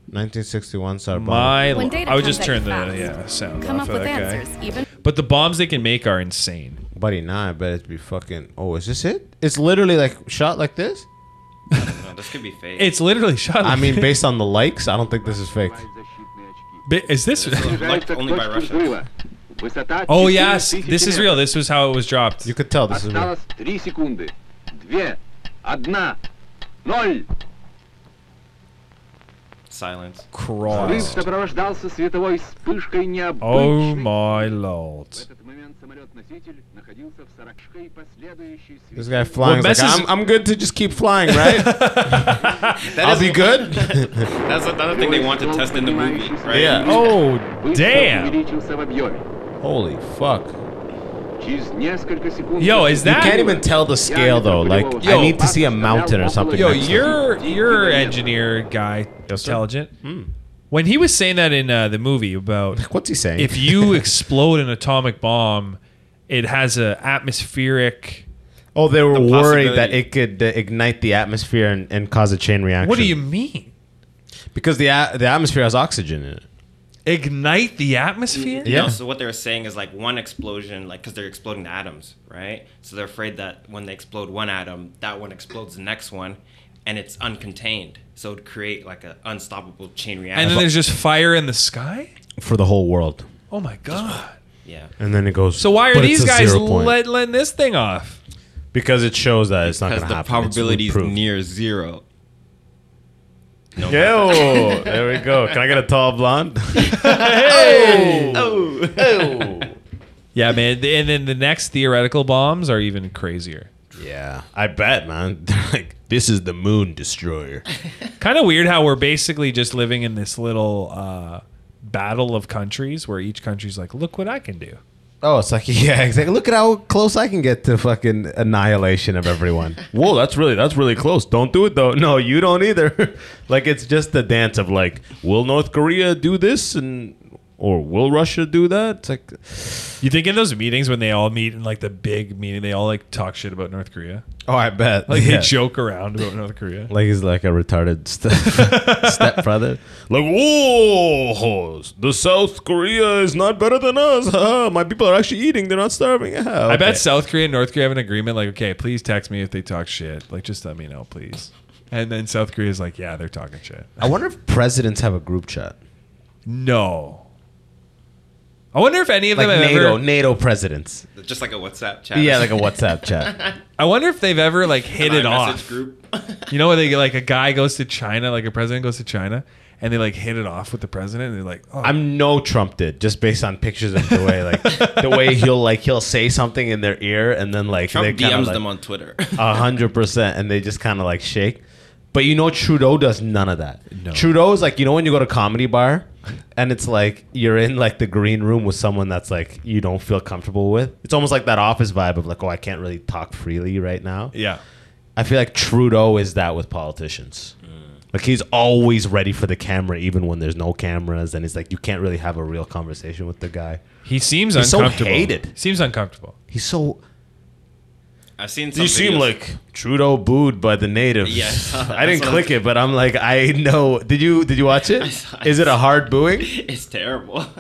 [SPEAKER 2] 1961 Tsar. bomb.
[SPEAKER 1] my.
[SPEAKER 4] When data
[SPEAKER 1] I would just
[SPEAKER 4] comes
[SPEAKER 1] turn
[SPEAKER 4] at
[SPEAKER 1] the
[SPEAKER 4] you fast,
[SPEAKER 1] yeah sound
[SPEAKER 4] Come
[SPEAKER 1] off
[SPEAKER 4] up
[SPEAKER 1] of
[SPEAKER 4] with
[SPEAKER 1] that guy.
[SPEAKER 4] answers, even
[SPEAKER 1] But the bombs they can make are insane.
[SPEAKER 2] Buddy, nah, I bet it'd be fucking. Oh, is this it? It's literally like shot like this?
[SPEAKER 3] No, this could be fake.
[SPEAKER 1] It's literally shot.
[SPEAKER 2] I
[SPEAKER 1] <laughs> like-
[SPEAKER 2] mean, based on the likes, I don't think this is fake.
[SPEAKER 1] Bi- Is
[SPEAKER 2] <laughs>
[SPEAKER 1] this?
[SPEAKER 3] Like, only by Russians.
[SPEAKER 1] <laughs> oh yes, this is real. This was how it was dropped.
[SPEAKER 2] You could tell this is real.
[SPEAKER 4] Осталось три секунды. Две. Одна. Ноль.
[SPEAKER 3] Silence.
[SPEAKER 4] Взрыв
[SPEAKER 1] Christ.
[SPEAKER 4] сопровождался световой вспышкой
[SPEAKER 1] Oh
[SPEAKER 4] необычной.
[SPEAKER 1] my lord.
[SPEAKER 2] <laughs>
[SPEAKER 4] В этот момент самолет-носитель находился в 40 и последующей
[SPEAKER 2] This
[SPEAKER 4] свете.
[SPEAKER 2] guy flying.
[SPEAKER 1] What
[SPEAKER 2] is like,
[SPEAKER 1] messes-
[SPEAKER 2] I'm, I'm good to just keep
[SPEAKER 1] <laughs>
[SPEAKER 2] flying, right?
[SPEAKER 3] That
[SPEAKER 2] I'll
[SPEAKER 3] is
[SPEAKER 2] be good.
[SPEAKER 3] <laughs> That's another thing they want to test in the movie, right?
[SPEAKER 2] Yeah.
[SPEAKER 1] Oh
[SPEAKER 4] Быстро
[SPEAKER 1] damn.
[SPEAKER 4] увеличился в объеме.
[SPEAKER 2] Holy fuck.
[SPEAKER 4] Через несколько секунд...
[SPEAKER 1] Yo, is
[SPEAKER 2] You
[SPEAKER 1] that-
[SPEAKER 2] can't even tell the scale though. Like I
[SPEAKER 1] Yo.
[SPEAKER 2] need to see a mountain or something.
[SPEAKER 1] Yo,
[SPEAKER 2] next to it.
[SPEAKER 1] you're you're engineer guy,
[SPEAKER 2] Yes, sir.
[SPEAKER 1] intelligent. When he was saying that in uh, the movie <laughs> about
[SPEAKER 2] What's he saying?
[SPEAKER 1] if you explode an atomic bomb, it has a atmospheric.
[SPEAKER 2] oh, they were
[SPEAKER 3] The
[SPEAKER 2] worried that
[SPEAKER 3] possibility-
[SPEAKER 2] it could uh, ignite the atmosphere and, and cause a chain reaction.
[SPEAKER 1] What do you mean?
[SPEAKER 2] Because the a- the atmosphere has oxygen in it.
[SPEAKER 1] Ignite the atmosphere?
[SPEAKER 2] Yeah.
[SPEAKER 3] No, so what they're saying is like one explosion, like because they're exploding the atoms, right? So they're afraid that when they explode one atom, that one explodes the next one, and it's uncontained. So it'd create like an unstoppable chain reaction.
[SPEAKER 1] And then there's just fire in the sky?
[SPEAKER 2] for the whole world.
[SPEAKER 1] Oh my god.
[SPEAKER 3] yeah.
[SPEAKER 2] And then it goes.
[SPEAKER 1] So why are
[SPEAKER 2] but it's
[SPEAKER 1] these
[SPEAKER 2] a
[SPEAKER 1] guys
[SPEAKER 2] zero point.
[SPEAKER 1] let, letting this thing off?
[SPEAKER 2] Because it shows that it's not going
[SPEAKER 3] Because
[SPEAKER 2] to
[SPEAKER 3] the
[SPEAKER 2] happen.
[SPEAKER 3] probability
[SPEAKER 2] It's
[SPEAKER 3] is
[SPEAKER 2] proof.
[SPEAKER 3] near zero. No,
[SPEAKER 2] Yo, there we go. Can I get a tall
[SPEAKER 1] <laughs>
[SPEAKER 2] blonde? <laughs>
[SPEAKER 3] Oh.
[SPEAKER 1] Yeah, man. And then the next theoretical bombs are even crazier.
[SPEAKER 2] yeah, I bet, man. <laughs> They're like, this is the moon destroyer.
[SPEAKER 1] Kind of weird how we're basically just living in this little uh, battle of countries where each country's like, look what I can do.
[SPEAKER 2] Oh, it's like <laughs> yeah, exactly. Look at how close I can get to fucking annihilation of everyone. <laughs> Whoa, that's really that's really close. Don't do it though. <laughs> No, you don't either. <laughs> like it's just the dance of like, will North Korea do this and or will Russia do that? It's like
[SPEAKER 1] You think in those meetings when they all meet in like the big meeting, they all like talk shit about North Korea?
[SPEAKER 2] oh, I bet.
[SPEAKER 1] Like
[SPEAKER 2] Yeah.
[SPEAKER 1] they joke around about North Korea.
[SPEAKER 2] <laughs> Like he's like a retarded <laughs> step stepbrother. Like, whoa, the South Korea is not better than us. <laughs> Haha, My people are actually eating; they're not starving. Ah,
[SPEAKER 1] I
[SPEAKER 2] okay.
[SPEAKER 1] bet South Korea and North Korea have an agreement like, okay, please text me if they talk shit. Like, just let me know, please. And then South Korea's like, yeah, they're talking shit.
[SPEAKER 2] I wonder if presidents have a group chat,
[SPEAKER 1] No. I wonder if any of
[SPEAKER 2] like
[SPEAKER 1] them have
[SPEAKER 2] NATO,
[SPEAKER 1] ever.
[SPEAKER 2] NATO presidents.
[SPEAKER 3] Just like a WhatsApp chat.
[SPEAKER 2] Yeah, like a WhatsApp chat.
[SPEAKER 1] I wonder if they've ever like hit it
[SPEAKER 3] iMessage
[SPEAKER 1] off.
[SPEAKER 3] group.
[SPEAKER 1] You know, where they like a guy goes to China, like a president goes to China, and they like hit it off with the president, and they're like, oh,
[SPEAKER 2] <laughs> I'm no Trump did just based on pictures of the way like the way he'll like he'll say something in their ear and then like
[SPEAKER 3] Trump
[SPEAKER 2] they kinda,
[SPEAKER 3] DMs
[SPEAKER 2] like, Uh,
[SPEAKER 3] them on
[SPEAKER 2] <laughs>
[SPEAKER 3] Twitter.
[SPEAKER 2] A hundred percent, and they just kind of like shake. But you know, Trudeau does none of that.
[SPEAKER 1] No.
[SPEAKER 2] Trudeau is like, you know, when you go to comedy bar, and it's like you're in like the green room with someone that's like you don't feel comfortable with. It's almost like that office vibe of like, oh, I can't really talk freely right now.
[SPEAKER 1] yeah.
[SPEAKER 2] I feel like Trudeau is that with politicians. Like he's always ready for the camera, even when there's no cameras, and he's like, you can't really have a real conversation with the guy.
[SPEAKER 1] He seems
[SPEAKER 2] He's so
[SPEAKER 1] uncomfortable.
[SPEAKER 2] hated.
[SPEAKER 1] Seems uncomfortable.
[SPEAKER 2] He's so
[SPEAKER 3] I've seen. Some
[SPEAKER 2] You seem
[SPEAKER 3] videos.
[SPEAKER 2] like Trudeau booed by the natives.
[SPEAKER 3] Yeah, I saw
[SPEAKER 2] <laughs>
[SPEAKER 3] that. <laughs>
[SPEAKER 2] I didn't
[SPEAKER 3] That's what
[SPEAKER 2] click it, but I'm like, I know. Did you did you watch
[SPEAKER 3] <laughs>
[SPEAKER 2] it?
[SPEAKER 3] saw it.
[SPEAKER 2] Is it a hard booing?
[SPEAKER 3] <laughs> it's terrible. <laughs>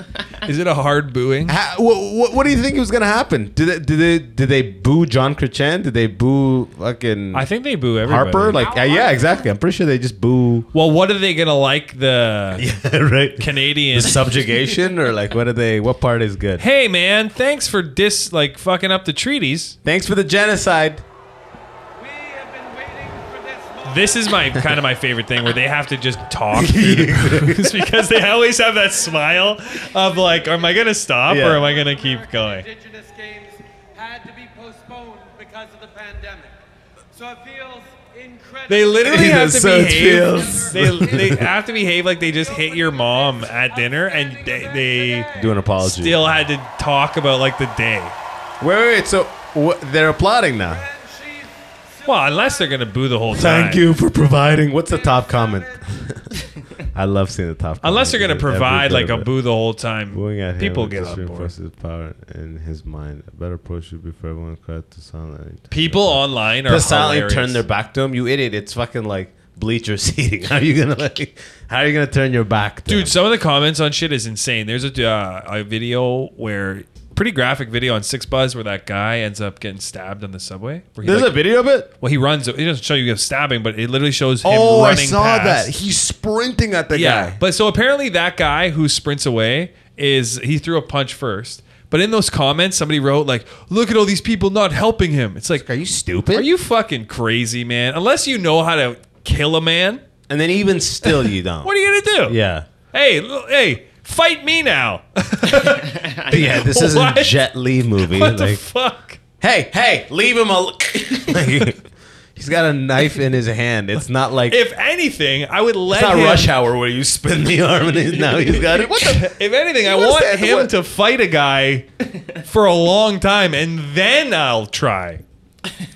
[SPEAKER 1] Is it a hard booing?
[SPEAKER 2] How, wha- wha- what do you think was gonna happen? Did they, did they did they boo John Crechan? Did they boo fucking
[SPEAKER 1] I think they boo everybody.
[SPEAKER 2] Harper? Like uh, yeah, exactly. I'm pretty sure they just boo.
[SPEAKER 1] well, what are they gonna like the
[SPEAKER 2] <laughs> Yeah, right. <laughs>
[SPEAKER 1] Canadian?
[SPEAKER 2] Subjugation or like what are they? What part is good?
[SPEAKER 1] hey, man, thanks for dis like fucking up the treaties.
[SPEAKER 2] Thanks for the genocide.
[SPEAKER 1] This is my kind of my favorite thing where they have to just talk through the
[SPEAKER 2] <laughs>
[SPEAKER 1] booze because they always have that smile of like, am I gonna stop
[SPEAKER 2] Yeah.
[SPEAKER 1] or am I gonna keep going?
[SPEAKER 5] Indigenous Games had to be postponed because of the pandemic. So it feels incredible.
[SPEAKER 1] They literally have
[SPEAKER 2] It
[SPEAKER 1] to
[SPEAKER 2] is so
[SPEAKER 1] behave.
[SPEAKER 2] chills.
[SPEAKER 1] They, they have to behave like they just hit your mom at dinner, and they, they
[SPEAKER 2] Do an apology.
[SPEAKER 1] still had to talk about like the day.
[SPEAKER 2] Wait, wait, wait. So wha- they're applauding now.
[SPEAKER 5] And she's
[SPEAKER 1] Well, unless they're gonna boo the whole time.
[SPEAKER 2] Thank you for providing. What's the top
[SPEAKER 1] <laughs>
[SPEAKER 2] comment? I love seeing the top.
[SPEAKER 1] Unless
[SPEAKER 2] comment.
[SPEAKER 1] they're gonna
[SPEAKER 2] Every
[SPEAKER 1] provide
[SPEAKER 2] bit
[SPEAKER 1] like a
[SPEAKER 2] of it.
[SPEAKER 1] boo the whole time.
[SPEAKER 2] Booing at him
[SPEAKER 1] People
[SPEAKER 2] would
[SPEAKER 1] get
[SPEAKER 2] just
[SPEAKER 1] on board.
[SPEAKER 2] reinforce his power in his mind. A better approach should be for everyone quiet to silently.
[SPEAKER 1] People online are
[SPEAKER 2] to silently
[SPEAKER 1] hilarious.
[SPEAKER 2] turn their back to him. You idiot! It's fucking like bleacher <laughs> seating. How are you gonna like? How are you gonna turn your back, to
[SPEAKER 1] Dude,
[SPEAKER 2] him?
[SPEAKER 1] some of the comments on shit is insane. There's a uh, a video where pretty graphic video on Six Buzz where that guy ends up getting stabbed on the subway. Where he,
[SPEAKER 2] There's
[SPEAKER 1] like-
[SPEAKER 2] a video of it.
[SPEAKER 1] well, he runs. It doesn't show you a stabbing, but it literally shows him
[SPEAKER 2] Oh, I
[SPEAKER 1] running.
[SPEAKER 2] saw
[SPEAKER 1] past.
[SPEAKER 2] that. He's sprinting at the
[SPEAKER 1] Yeah,
[SPEAKER 2] guy.
[SPEAKER 1] but so apparently that guy who sprints away is he threw a punch first. But in those comments, somebody wrote like, "Look at all these people not helping him." It's like,
[SPEAKER 2] are you stupid?
[SPEAKER 1] are you fucking crazy, man? Unless you know how to kill a man,
[SPEAKER 2] And then even still, you don't.
[SPEAKER 1] what are you gonna do?
[SPEAKER 2] Yeah.
[SPEAKER 1] Hey, l- hey, fight me now. <laughs>
[SPEAKER 2] Yeah. This isn't
[SPEAKER 1] What?
[SPEAKER 2] Jet Li movie.
[SPEAKER 1] what the
[SPEAKER 2] like,
[SPEAKER 1] fuck?
[SPEAKER 2] hey, hey, leave
[SPEAKER 1] <laughs>
[SPEAKER 2] him alone. he's got a knife in his hand. It's not like
[SPEAKER 1] If anything, I would let
[SPEAKER 2] it's not
[SPEAKER 1] him.
[SPEAKER 2] rush hour where you spin the <laughs> arm and he's, now he's got it. What the?
[SPEAKER 1] <laughs> If anything, I
[SPEAKER 2] What is
[SPEAKER 1] want
[SPEAKER 2] that?
[SPEAKER 1] him
[SPEAKER 2] What?
[SPEAKER 1] to fight a guy for a long time, and then I'll try.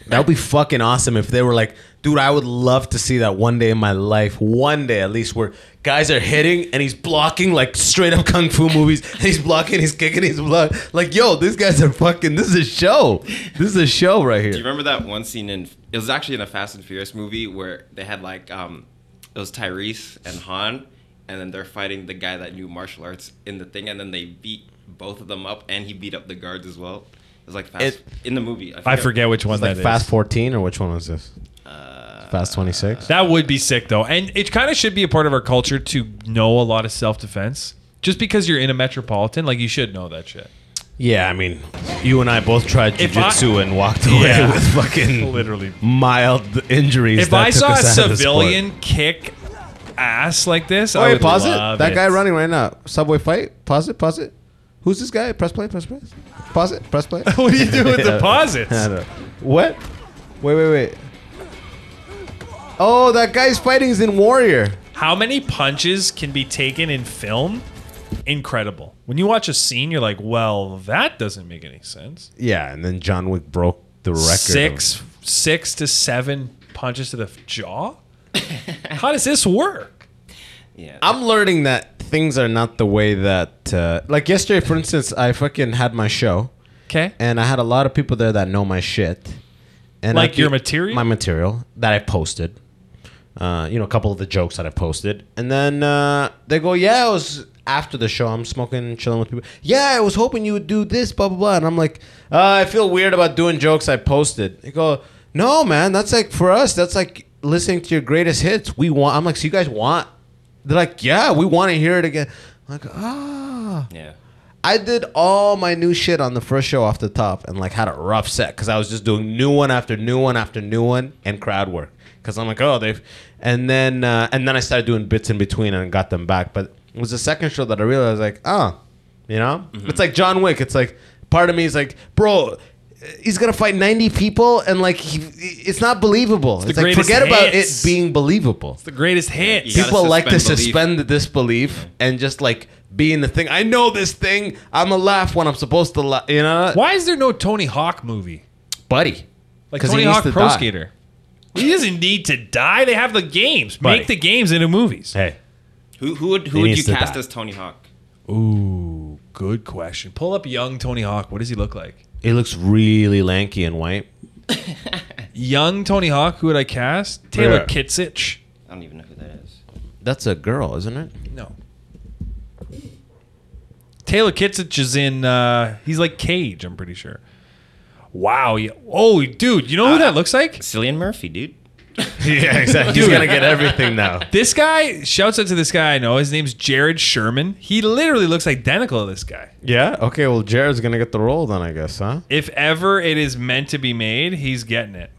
[SPEAKER 2] That would be fucking awesome if they were like, dude, I would love to see that one day in my life, one day at least, where guys are hitting and he's blocking like straight up kung fu movies. He's blocking, he's kicking, he's blocking. Like, yo, these guys are fucking. This is a show. This is a show right
[SPEAKER 3] Do you
[SPEAKER 2] here.
[SPEAKER 3] remember that one scene in? It was actually in a Fast and Furious movie where they had like um, it was Tyrese and Han, and then they're fighting the guy that knew martial arts in the thing, and then they beat both of them up, and he beat up the guards as well. It was like fast
[SPEAKER 2] It-
[SPEAKER 3] in the movie.
[SPEAKER 1] I forget which one
[SPEAKER 2] It's like
[SPEAKER 1] that is. Uh,
[SPEAKER 2] Fast 14 or which one was this? Fast 26.
[SPEAKER 1] That would be sick though, and it kind of should be a part of our culture to know a lot of self defense. Just because you're in a metropolitan, like you should know that shit.
[SPEAKER 2] Yeah, I mean, you and I both tried
[SPEAKER 1] If I-
[SPEAKER 2] jujitsu and walked away
[SPEAKER 1] Yeah.
[SPEAKER 2] with fucking
[SPEAKER 1] <laughs> Literally.
[SPEAKER 2] mild injuries.
[SPEAKER 1] If
[SPEAKER 2] that
[SPEAKER 1] I
[SPEAKER 2] took
[SPEAKER 1] saw a
[SPEAKER 2] us out of the sport.
[SPEAKER 1] civilian kick ass like this,
[SPEAKER 2] Oh,
[SPEAKER 1] I
[SPEAKER 2] wait,
[SPEAKER 1] would
[SPEAKER 2] pause it.
[SPEAKER 1] love
[SPEAKER 2] That guy running right now. Subway fight. Pause it. Pause it. Who's this guy? Press play. Press play. Pause it. Press
[SPEAKER 1] <laughs>
[SPEAKER 2] play.
[SPEAKER 1] <laughs> What do you do
[SPEAKER 2] <laughs>
[SPEAKER 1] with the pauses?
[SPEAKER 2] I don't- what? Wait, wait, wait. Oh, that guy's fighting is in Warrior.
[SPEAKER 1] How many punches can be taken in film? Incredible. When you watch a scene, you're like, well, that doesn't make any sense.
[SPEAKER 2] Yeah, and then John Wick broke the record. of-
[SPEAKER 1] Six, six to seven punches to the jaw. <laughs> How does this work?
[SPEAKER 3] Yeah,
[SPEAKER 2] I'm learning that things are not the way that. Uh, like yesterday, for instance, I fucking had my show.
[SPEAKER 1] Okay.
[SPEAKER 2] and I had a lot of people there that know my shit. And
[SPEAKER 1] Like
[SPEAKER 2] I
[SPEAKER 1] your
[SPEAKER 2] keep-
[SPEAKER 1] material?
[SPEAKER 2] my material that I posted. Uh, you know, a couple of the jokes that I posted, and then uh, they go, "Yeah, I was after the show. I'm smoking, chilling with people. Yeah, I was hoping you would do this, blah blah blah." And I'm like, uh, "I feel weird about doing jokes I posted." They go, "No, man, that's like for us. That's like listening to your greatest hits. We want." I'm like, "So you guys want?" They're like, "Yeah, we want to hear it again." I'm like, ah.
[SPEAKER 3] yeah.
[SPEAKER 2] I did all my new shit on the first show off the top and like had a rough set because I was just doing new one after new one after new one and crowd work because I'm like oh they've and then uh, and then I started doing bits in between and got them back but it was the second show that I realized like oh you know
[SPEAKER 1] Mm-hmm.
[SPEAKER 2] it's like John Wick it's like part of me is like bro he's gonna fight 90 people and like he, it's not believable it's,
[SPEAKER 1] the
[SPEAKER 2] like
[SPEAKER 1] greatest
[SPEAKER 2] forget about it
[SPEAKER 1] hits.
[SPEAKER 2] being believable
[SPEAKER 1] The greatest hits.
[SPEAKER 3] You gotta
[SPEAKER 2] people like to
[SPEAKER 3] suspend belief.
[SPEAKER 2] suspend the disbelief and just like be in the thing. I know this thing. I'm a laugh when I'm supposed to laugh. You know,
[SPEAKER 1] Why is there no Tony Hawk movie?
[SPEAKER 2] buddy?
[SPEAKER 1] Like
[SPEAKER 2] 'Cause he
[SPEAKER 1] Tony
[SPEAKER 2] needs
[SPEAKER 1] Hawk
[SPEAKER 2] to
[SPEAKER 1] Pro
[SPEAKER 2] die.
[SPEAKER 1] Skater. He doesn't need to die. They have the games.
[SPEAKER 2] Buddy.
[SPEAKER 1] Make the games into movies.
[SPEAKER 2] Hey,
[SPEAKER 3] Who who would who
[SPEAKER 2] He
[SPEAKER 3] would
[SPEAKER 2] needs
[SPEAKER 3] you
[SPEAKER 2] to
[SPEAKER 3] cast
[SPEAKER 2] die.
[SPEAKER 3] as Tony Hawk?
[SPEAKER 1] Ooh, good question. Pull up young Tony Hawk. What does he look like?
[SPEAKER 2] it looks really lanky and white.
[SPEAKER 1] Young Tony Hawk. Who would I cast? Taylor
[SPEAKER 2] Yeah.
[SPEAKER 1] Kitsich.
[SPEAKER 3] I don't even know who that is.
[SPEAKER 2] That's a girl, isn't it?
[SPEAKER 1] No. Taylor Kitsich is in. Uh, he's like Cage. I'm pretty sure. Wow. Yeah. Oh, dude. You know who that looks like?
[SPEAKER 3] Cillian Murphy, dude.
[SPEAKER 2] <laughs> yeah, exactly. <laughs> He's gonna get everything now.
[SPEAKER 1] This guy shouts out to this guy I know. His name's Jared Sherman. He literally looks identical to this guy.
[SPEAKER 2] Yeah. <laughs> Okay. Well, Jared's gonna get the role then, I guess, huh?
[SPEAKER 1] If ever it is meant to be made, he's getting it.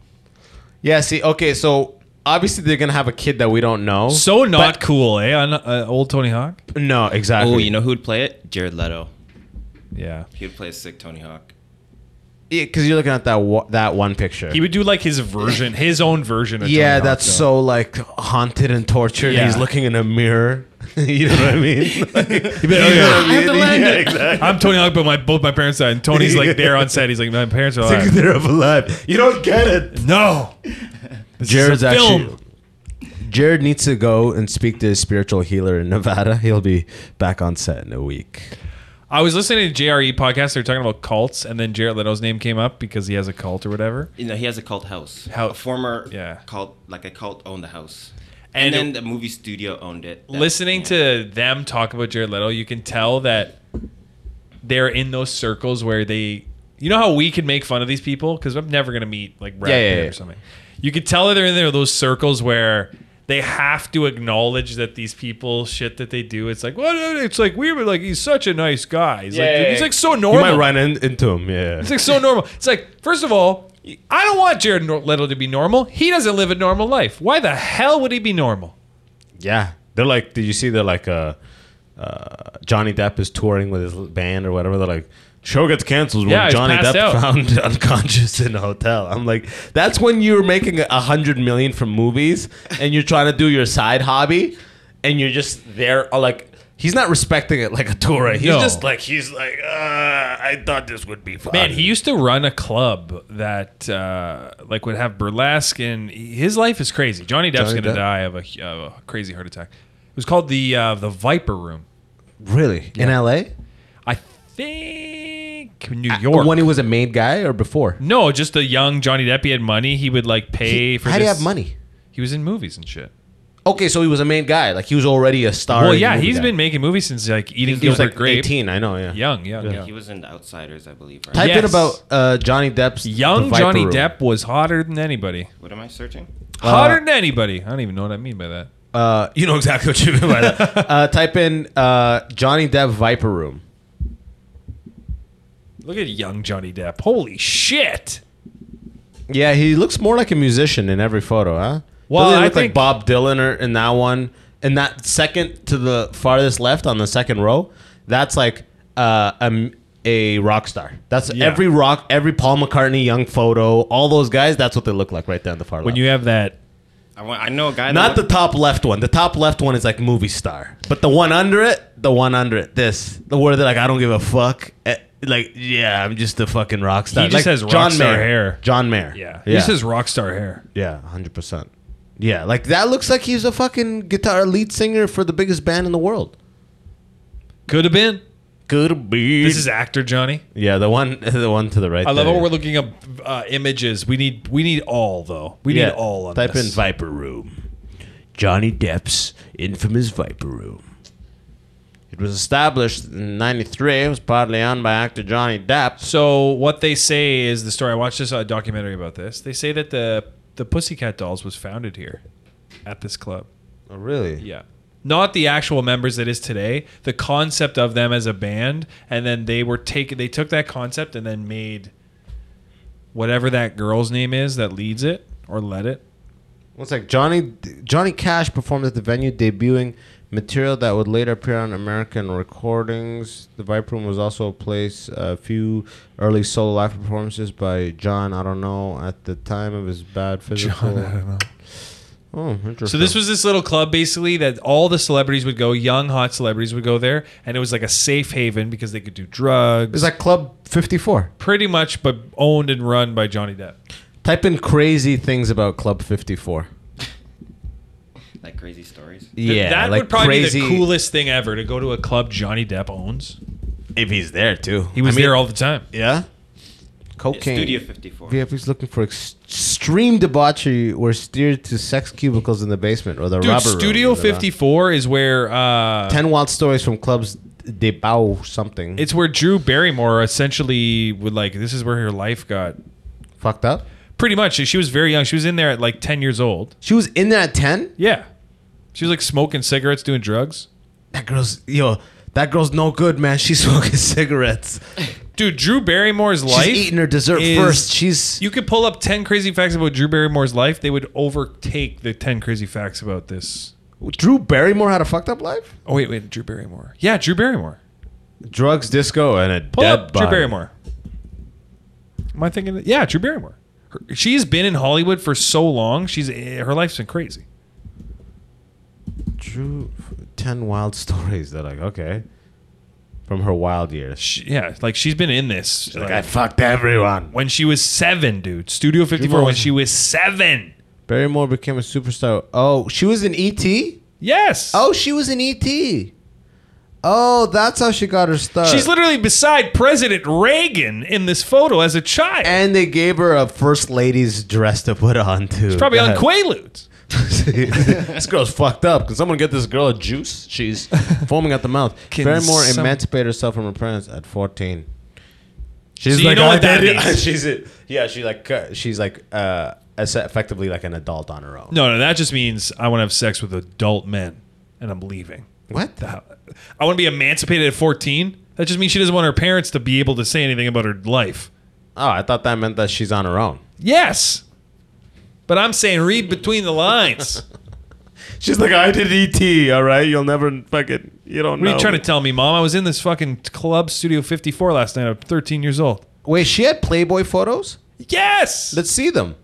[SPEAKER 2] Yeah. See. Okay. So obviously they're gonna have a kid that we don't know.
[SPEAKER 1] So not
[SPEAKER 2] But-
[SPEAKER 1] cool, eh? On uh, old Tony Hawk.
[SPEAKER 2] no, exactly.
[SPEAKER 3] Oh, you know who would play it? Jared Leto.
[SPEAKER 1] Yeah.
[SPEAKER 3] He would play a sick Tony Hawk.
[SPEAKER 2] because you're looking at that wa- that one picture.
[SPEAKER 1] He would do like his version, his own version of Tony
[SPEAKER 2] Yeah,
[SPEAKER 1] Hawk,
[SPEAKER 2] that's
[SPEAKER 1] though.
[SPEAKER 2] so like haunted and tortured.
[SPEAKER 1] Yeah.
[SPEAKER 2] He's looking in a mirror. <laughs> you know what I mean?
[SPEAKER 1] <laughs>
[SPEAKER 2] <laughs> Like,
[SPEAKER 1] like,
[SPEAKER 2] you know
[SPEAKER 1] "Oh,
[SPEAKER 2] what I mean? <laughs> Yeah, exactly.
[SPEAKER 1] I'm Tony Hawk, but my both my parents died. And Tony's like there on set. He's like, my parents are
[SPEAKER 2] Think <laughs>
[SPEAKER 1] alive.
[SPEAKER 2] they're up alive. You don't get it.
[SPEAKER 1] No. This is
[SPEAKER 2] Jared's
[SPEAKER 1] a film.
[SPEAKER 2] actually. Jared needs to go and speak to his spiritual healer in Nevada. He'll be back on set in a week.
[SPEAKER 1] I was listening to JRE podcast. They were talking about cults, and then Jared Leto's name came up because he has a cult or whatever.
[SPEAKER 3] You know, he has a cult house.
[SPEAKER 1] How-
[SPEAKER 3] a former
[SPEAKER 1] yeah.
[SPEAKER 3] cult, like a cult owned the house.
[SPEAKER 1] And
[SPEAKER 3] And,
[SPEAKER 1] it-
[SPEAKER 3] then the movie studio owned it. That-
[SPEAKER 1] Listening
[SPEAKER 3] yeah.
[SPEAKER 1] to them talk about Jared Leto, you can tell that they're in those circles where they, you know how we can make fun of these people because I'm never gonna meet like Brad
[SPEAKER 2] Yeah, yeah,
[SPEAKER 1] Pitt
[SPEAKER 2] yeah.
[SPEAKER 1] or something. You could tell they're in there those circles where they have to acknowledge that these people shit that they do. It's like what? It's like we were like he's such a nice guy. He's,
[SPEAKER 2] Yeah,
[SPEAKER 1] like,
[SPEAKER 2] yeah,
[SPEAKER 1] he's
[SPEAKER 2] yeah.
[SPEAKER 1] like so
[SPEAKER 2] You
[SPEAKER 1] normal.
[SPEAKER 2] might run in, into him. Yeah.
[SPEAKER 1] It's like so normal. It's like, first of all, I don't want Jared Nor- Leto to be normal. He doesn't live a normal life. Why the hell would he be normal?
[SPEAKER 2] Yeah, they're like. Did you see? They're like. Uh, uh, Johnny Depp is touring with his l- band or whatever. They're like, show gets canceled
[SPEAKER 1] Yeah,
[SPEAKER 2] when
[SPEAKER 1] he's
[SPEAKER 2] Johnny
[SPEAKER 1] passed
[SPEAKER 2] Depp
[SPEAKER 1] out.
[SPEAKER 2] found <laughs> unconscious in a hotel. I'm like, that's when you're making a hundred million from movies and you're trying to do your side hobby, and you're just there. uh, Like, he's not respecting it like a tour. He's
[SPEAKER 1] No.
[SPEAKER 2] just like, he's like, uh, I thought this would be fun.
[SPEAKER 1] Man, he used to run a club that uh, like would have burlesque, and his life is crazy. Johnny Depp's
[SPEAKER 2] Johnny
[SPEAKER 1] gonna
[SPEAKER 2] Depp.
[SPEAKER 1] die of a, of a crazy heart attack. It was called the uh, the Viper Room,
[SPEAKER 2] really in L.A.
[SPEAKER 1] I think, New York.
[SPEAKER 2] when Ah, he was a maid guy or before.
[SPEAKER 1] no, just a young Johnny Depp. He had money. He would like pay
[SPEAKER 2] He-
[SPEAKER 1] for.
[SPEAKER 2] how do you
[SPEAKER 1] this-
[SPEAKER 2] have money?
[SPEAKER 1] He was in movies and shit.
[SPEAKER 2] Okay, so he was a main guy. Like he was already a star.
[SPEAKER 1] Well,
[SPEAKER 2] in the
[SPEAKER 1] yeah,
[SPEAKER 2] movie
[SPEAKER 1] he's
[SPEAKER 2] guy.
[SPEAKER 1] been making movies since like eating
[SPEAKER 2] He was
[SPEAKER 1] Gilbert
[SPEAKER 2] like
[SPEAKER 1] Grape.
[SPEAKER 2] eighteen. I know. Yeah.
[SPEAKER 1] Young, young, young.
[SPEAKER 3] He was in The Outsiders, I believe. Right?
[SPEAKER 2] Type in
[SPEAKER 1] Yes.
[SPEAKER 2] about uh, Johnny Depp's The
[SPEAKER 1] Young
[SPEAKER 2] Viper
[SPEAKER 1] Johnny
[SPEAKER 2] Room.
[SPEAKER 1] Depp was hotter than anybody.
[SPEAKER 3] What am I searching?
[SPEAKER 1] Hotter than anybody. I don't even know what I mean by that.
[SPEAKER 2] Uh, you know exactly what you mean by <laughs> that. uh, type in uh, Johnny Depp Viper Room.
[SPEAKER 1] Look at young Johnny Depp. Holy shit.
[SPEAKER 2] Yeah, he looks more like a musician in every photo, huh?
[SPEAKER 1] Well,
[SPEAKER 2] Doesn't he
[SPEAKER 1] I
[SPEAKER 2] look like
[SPEAKER 1] think-
[SPEAKER 2] Bob Dylan or, in that one, in that second to the farthest left on the second row. That's like uh, a m- a rock star. That's
[SPEAKER 1] Yeah.
[SPEAKER 2] every rock, every Paul McCartney young photo. All those guys. That's what they look like right down the far left.
[SPEAKER 1] When you have that.
[SPEAKER 3] I want. I know a guy.
[SPEAKER 2] Not
[SPEAKER 3] that
[SPEAKER 2] the top left one. The top left one is like movie star, but the one under it, the one under it, this, the word that like I don't give a fuck. Eh, Like yeah, I'm just a fucking rock star.
[SPEAKER 1] He
[SPEAKER 2] like
[SPEAKER 1] just has rock star hair.
[SPEAKER 2] John Mayer.
[SPEAKER 1] Yeah.
[SPEAKER 2] yeah,
[SPEAKER 1] This is rock star hair.
[SPEAKER 2] yeah, hundred percent. Yeah, like that looks like he's a fucking guitar lead singer for the biggest band in the world.
[SPEAKER 1] Could have been.
[SPEAKER 2] Could be.
[SPEAKER 1] This is actor Johnny.
[SPEAKER 2] yeah, the one, <laughs> the one to the right.
[SPEAKER 1] I love
[SPEAKER 2] there.
[SPEAKER 1] how we're looking up uh, images. We need we need all though. We need all on
[SPEAKER 2] Type
[SPEAKER 1] this.
[SPEAKER 2] in Viper Room. Johnny Depp's infamous Viper Room. It was established in 93. It was partly owned by actor Johnny Depp.
[SPEAKER 1] So what they say is the story. I watched this uh, documentary about this. They say that the the Pussycat Dolls was founded here, at this club.
[SPEAKER 2] Oh, really?
[SPEAKER 1] Yeah. Not the actual members that is today. The concept of them as a band, and then they were taken. They took that concept and then made whatever that girl's name is that leads it or led it.
[SPEAKER 2] Well, it's like Johnny Johnny Cash performed at the venue, debuting material that would later appear on American recordings. The Viper Room was also a place a few early solo live performances by John. I don't know at the time of his <laughs> bad physical. Oh, interesting.
[SPEAKER 1] So this was this little club basically that all the celebrities would go. Young hot celebrities would go there, and it was like a safe haven because they could do drugs.
[SPEAKER 2] It's like Club 54.
[SPEAKER 1] pretty much, but owned and run by Johnny Depp.
[SPEAKER 2] Type in crazy things about Club 54.
[SPEAKER 3] like crazy stories.
[SPEAKER 1] Th-
[SPEAKER 2] Yeah,
[SPEAKER 1] that
[SPEAKER 2] like
[SPEAKER 1] would probably
[SPEAKER 2] crazy,
[SPEAKER 1] be the coolest thing ever to go to a club Johnny Depp owns.
[SPEAKER 2] If he's there too,
[SPEAKER 1] He was there all the time.
[SPEAKER 2] Yeah,
[SPEAKER 3] It's
[SPEAKER 2] cocaine.
[SPEAKER 3] Studio 54.
[SPEAKER 2] VFX looking for ex- extreme debauchery. Were steered to sex cubicles in the basement or the
[SPEAKER 1] Dude,
[SPEAKER 2] rubber room,
[SPEAKER 1] Studio
[SPEAKER 2] or the-
[SPEAKER 1] 54 is where uh,
[SPEAKER 2] Ten wild stories from clubs debau something.
[SPEAKER 1] it's where Drew Barrymore essentially would like this is where her life got
[SPEAKER 2] fucked up.
[SPEAKER 1] pretty much. She was very young. She was in there at like 10 years old.
[SPEAKER 2] She was in there at ten.
[SPEAKER 1] Yeah. She was like smoking cigarettes, doing drugs.
[SPEAKER 2] That girl's yo. That girl's no good, man. <laughs> She's smoking cigarettes.
[SPEAKER 1] Dude, Drew Barrymore's life.
[SPEAKER 2] She's eating her dessert
[SPEAKER 1] is-
[SPEAKER 2] first. She's
[SPEAKER 1] You could pull up 10 crazy facts about Drew Barrymore's life. They would overtake the 10 crazy facts about this.
[SPEAKER 2] Drew Barrymore had a fucked up life.
[SPEAKER 1] Oh, wait, wait. Drew Barrymore. Yeah, Drew Barrymore.
[SPEAKER 2] Drugs, disco, and a
[SPEAKER 1] Pull
[SPEAKER 2] dead
[SPEAKER 1] up
[SPEAKER 2] body.
[SPEAKER 1] Drew Barrymore. Am I thinking? That? Yeah, Drew Barrymore. Her, she's been in Hollywood for so long. She's eh, her life's been crazy.
[SPEAKER 2] Drew, ten wild <laughs> stories. They're like, okay, from her wild years.
[SPEAKER 1] She, yeah, like she's been in this.
[SPEAKER 2] Like,
[SPEAKER 1] like,
[SPEAKER 2] I fucked everyone.
[SPEAKER 1] when she was seven, dude. Studio Fifty Four. When she was seven.
[SPEAKER 2] Barrymore became a superstar. Oh, she was in ET.
[SPEAKER 1] Yes.
[SPEAKER 2] Oh, she was in ET. Oh, that's how she got her start.
[SPEAKER 1] she's literally beside President Reagan in this photo as a child.
[SPEAKER 2] and they gave her a first lady's dress to put on too.
[SPEAKER 1] Probably on
[SPEAKER 2] God.
[SPEAKER 1] Quaaludes.
[SPEAKER 2] <laughs> this girl's fucked up. Can someone get this girl a juice? She's foaming at the mouth.
[SPEAKER 1] <laughs> Can
[SPEAKER 2] Barrymore
[SPEAKER 1] some-
[SPEAKER 2] emancipated herself from her parents at 14. She's
[SPEAKER 1] So you know
[SPEAKER 2] "I
[SPEAKER 1] what that
[SPEAKER 2] did it."
[SPEAKER 1] means.
[SPEAKER 2] <laughs> she's it. Yeah, she like uh, she's like uh, as- effectively like an adult on her own.
[SPEAKER 1] No, no, that just means I want to have sex with adult men, and I'm leaving.
[SPEAKER 2] What?
[SPEAKER 1] The hell? I want to be emancipated at 14. That just means she doesn't want her parents to be able to say anything about her life.
[SPEAKER 2] Oh, I thought that meant that she's on her own.
[SPEAKER 1] Yes, but I'm saying read between the lines.
[SPEAKER 2] She's like, I did ET. All right, you'll never fucking. You don't
[SPEAKER 1] What are you trying to tell me, mom? I was in this fucking club, Studio 54, last night. I'm 13 years old.
[SPEAKER 2] Wait, she had Playboy photos.
[SPEAKER 1] Yes,
[SPEAKER 2] Let's see them.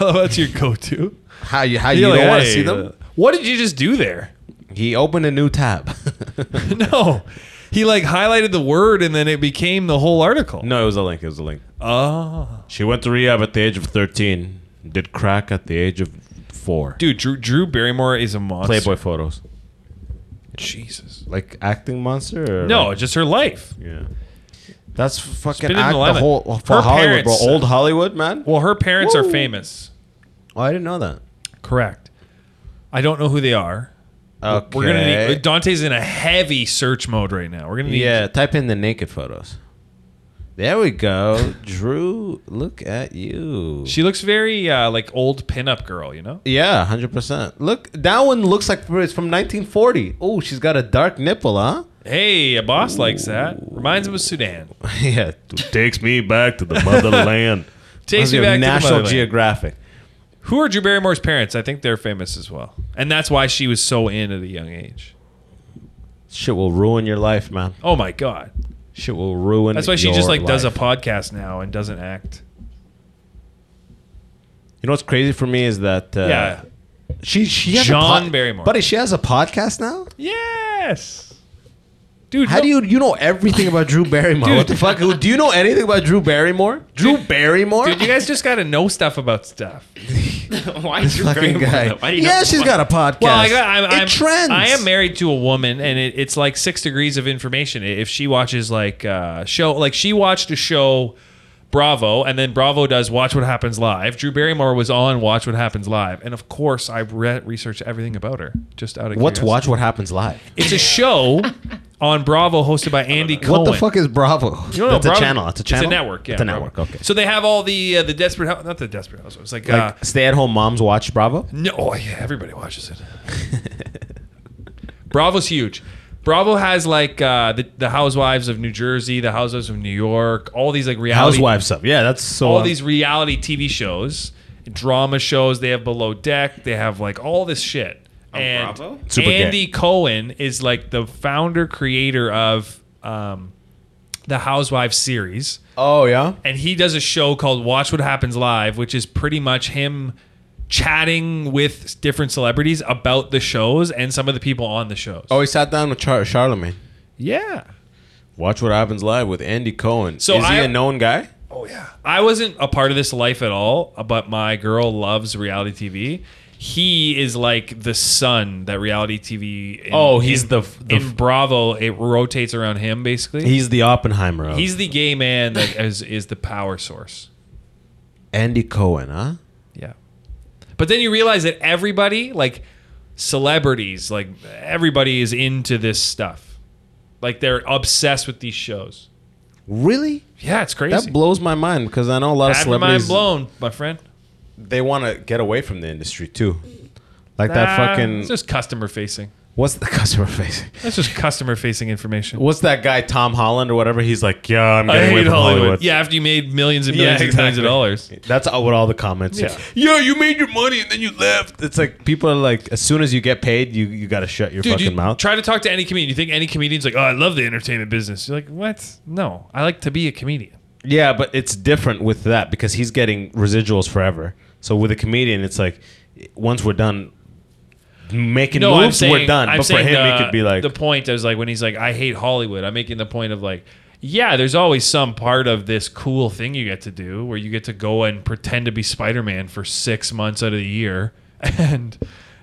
[SPEAKER 1] that's your
[SPEAKER 2] <laughs>
[SPEAKER 1] go-to.
[SPEAKER 2] How you? How you
[SPEAKER 1] You're
[SPEAKER 2] don't
[SPEAKER 1] like,
[SPEAKER 2] want to
[SPEAKER 1] "Hey,
[SPEAKER 2] see them?
[SPEAKER 1] uh, What did you just do there? <laughs>
[SPEAKER 2] He opened a new tab. <laughs>
[SPEAKER 1] no, he like highlighted the word, and then it became the whole article.
[SPEAKER 2] no, it was a link. It was a link.
[SPEAKER 1] Oh.
[SPEAKER 2] She went to rehab at the age of 13, did crack at the age of 4.
[SPEAKER 1] Dude, Drew, Drew Barrymore is a monster.
[SPEAKER 2] Playboy photos.
[SPEAKER 1] Jesus.
[SPEAKER 2] Like acting monster? Or
[SPEAKER 1] No,
[SPEAKER 2] like-
[SPEAKER 1] just her life.
[SPEAKER 2] yeah. That's fucking
[SPEAKER 1] Spinning
[SPEAKER 2] act the
[SPEAKER 1] Eleven.
[SPEAKER 2] whole for
[SPEAKER 1] Her
[SPEAKER 2] Hollywood, bro.
[SPEAKER 1] parents-
[SPEAKER 2] Old Hollywood, man.
[SPEAKER 1] Well, her parents are
[SPEAKER 2] Woo.
[SPEAKER 1] famous.
[SPEAKER 2] Oh, I didn't know that.
[SPEAKER 1] Correct. I don't know who they are.
[SPEAKER 2] Okay.
[SPEAKER 1] We're gonna need Dante's in a heavy search mode right now. We're gonna need
[SPEAKER 2] yeah, type in the naked photos. There we go. <laughs> Drew, look at you.
[SPEAKER 1] She looks very uh, like old pinup girl, you know?
[SPEAKER 2] yeah, 100%. Look, that one looks like it's from 1940. Oh, she's got a dark nipple, huh? <laughs>
[SPEAKER 1] Hey, a boss likes that. Reminds him of Sudan.
[SPEAKER 2] yeah.
[SPEAKER 6] takes me back to the
[SPEAKER 2] <laughs>
[SPEAKER 6] motherland.
[SPEAKER 1] Takes me back to
[SPEAKER 2] Reminds me of
[SPEAKER 1] the
[SPEAKER 2] National
[SPEAKER 1] motherland.
[SPEAKER 2] Geographic.
[SPEAKER 1] Who are Drew Barrymore's parents? I think they're famous as well. And that's why she was so in at a young age.
[SPEAKER 2] Shit will ruin your life, man.
[SPEAKER 1] Oh my god.
[SPEAKER 2] Shit will ruin.
[SPEAKER 1] That's why she
[SPEAKER 2] your
[SPEAKER 1] just like does a
[SPEAKER 2] life.
[SPEAKER 1] podcast now and doesn't act.
[SPEAKER 2] You know what's crazy for me is that uh,
[SPEAKER 1] yeah.
[SPEAKER 2] she she has
[SPEAKER 1] John
[SPEAKER 2] a pod-
[SPEAKER 1] Barrymore.
[SPEAKER 2] buddy. She has a podcast now.
[SPEAKER 1] Yes. Dude,
[SPEAKER 2] How
[SPEAKER 1] no-
[SPEAKER 2] do you you know everything about Drew Barrymore? What the
[SPEAKER 1] Dude.
[SPEAKER 2] fuck? Who- Do you know anything about Drew Barrymore? Drew Barrymore.
[SPEAKER 1] Dude, you guys just got to know stuff about stuff.
[SPEAKER 3] <laughs> Why is your
[SPEAKER 2] fucking
[SPEAKER 3] brain
[SPEAKER 2] guy.
[SPEAKER 3] Why do you
[SPEAKER 2] Yeah,
[SPEAKER 3] know-
[SPEAKER 2] she's
[SPEAKER 3] why-
[SPEAKER 2] got a podcast.
[SPEAKER 1] Well, I, got, I'm,
[SPEAKER 2] it
[SPEAKER 1] I'm,
[SPEAKER 2] trends.
[SPEAKER 1] I am married to a woman, and it, it's like six degrees of information. If she watches like uh, show, like she watched a show, Bravo, and then Bravo does Watch What Happens Live. Drew Barrymore was on Watch What Happens Live, and of course, I re- researched everything about her just out of
[SPEAKER 2] What's
[SPEAKER 1] curiosity.
[SPEAKER 2] watch what happens live?
[SPEAKER 1] It's a show on Bravo hosted by Andy Cohen.
[SPEAKER 2] <laughs> What the fuck is Bravo?
[SPEAKER 1] You don't know,
[SPEAKER 2] That's
[SPEAKER 1] Bravo-
[SPEAKER 2] a channel. That's a channel.
[SPEAKER 1] It's a network. Yeah,
[SPEAKER 2] it's a
[SPEAKER 1] Bravo.
[SPEAKER 2] network. Okay.
[SPEAKER 1] So they have all the uh, the desperate house, not the desperate housewives. It's like, uh,
[SPEAKER 2] like stay-at-home moms watch Bravo.
[SPEAKER 1] no, oh, yeah, everybody watches it. Bravo's huge. Bravo has like uh, the the housewives of New Jersey, the housewives of New York, all these like reality
[SPEAKER 2] Housewives stuff. Yeah, that's so.
[SPEAKER 1] all these reality TV shows, drama shows. They have Below Deck. They have like all this shit. and
[SPEAKER 3] Bravo?
[SPEAKER 2] Super gay.
[SPEAKER 1] Andy Cohen is like the founder creator of um, the Housewives series,
[SPEAKER 2] Oh yeah.
[SPEAKER 1] and he does a show called Watch What Happens Live, which is pretty much him chatting with different celebrities about the shows and some of the people on the shows.
[SPEAKER 2] Oh, he sat down with Char- Charlemagne.
[SPEAKER 1] yeah.
[SPEAKER 2] Watch what happens live with Andy Cohen.
[SPEAKER 1] So
[SPEAKER 2] is
[SPEAKER 1] I-
[SPEAKER 2] he a known guy?
[SPEAKER 1] Oh yeah. I wasn't a part of this life at all, but my girl loves reality TV. He is like the sun that reality TV. In,
[SPEAKER 2] Oh, he's
[SPEAKER 1] in-
[SPEAKER 2] the f- the
[SPEAKER 1] in
[SPEAKER 2] f-
[SPEAKER 1] Bravo. It rotates around him basically.
[SPEAKER 2] He's the Oppenheimer. Of
[SPEAKER 1] he's the gay man that is is the power source.
[SPEAKER 2] Andy Cohen, huh?
[SPEAKER 1] Yeah. But then you realize that everybody, like celebrities, like everybody is into this stuff. Like they're obsessed with these shows.
[SPEAKER 2] Really?
[SPEAKER 1] Yeah, it's crazy.
[SPEAKER 2] That blows my mind because I know a lot of
[SPEAKER 1] Had my mind
[SPEAKER 2] celebrities.
[SPEAKER 1] blown, my friend.
[SPEAKER 2] They want to get away from the industry too. Like
[SPEAKER 1] Ah,
[SPEAKER 2] that fucking.
[SPEAKER 1] It's just customer facing.
[SPEAKER 2] what's the <laughs> customer facing?
[SPEAKER 1] That's just customer facing information.
[SPEAKER 2] What's that guy Tom Holland or whatever? He's like, yeah, I'm
[SPEAKER 1] I
[SPEAKER 2] getting away
[SPEAKER 1] hate
[SPEAKER 2] from
[SPEAKER 1] Hollywood.
[SPEAKER 2] Hollywood.
[SPEAKER 1] Yeah, after you made millions and millions and millions of dollars.
[SPEAKER 2] That's all- what all the comments.
[SPEAKER 1] Yeah.
[SPEAKER 2] Yeah. yeah, you made your money and then you left. It's like people are like, as soon as you get paid, you you gotta shut your
[SPEAKER 1] Dude,
[SPEAKER 2] fucking
[SPEAKER 1] you
[SPEAKER 2] mouth.
[SPEAKER 1] try to talk to any comedian. You think any comedian's like, oh, I love the entertainment business. You're like, what? No, I like to be a comedian.
[SPEAKER 2] Yeah, but it's different with that because he's getting residuals forever. So with a comedian, it's like once we're done making
[SPEAKER 1] no, I'm
[SPEAKER 2] moves,
[SPEAKER 1] saying,
[SPEAKER 2] we're done.
[SPEAKER 1] I'm
[SPEAKER 2] but for
[SPEAKER 1] saying
[SPEAKER 2] him,
[SPEAKER 1] the,
[SPEAKER 2] he could be like,
[SPEAKER 1] the point is like when he's like, I hate Hollywood. I'm making the point of like, yeah, there's always some part of this cool thing you get to do where you get to go and pretend to be Spider-Man for six months out of the year, <laughs> and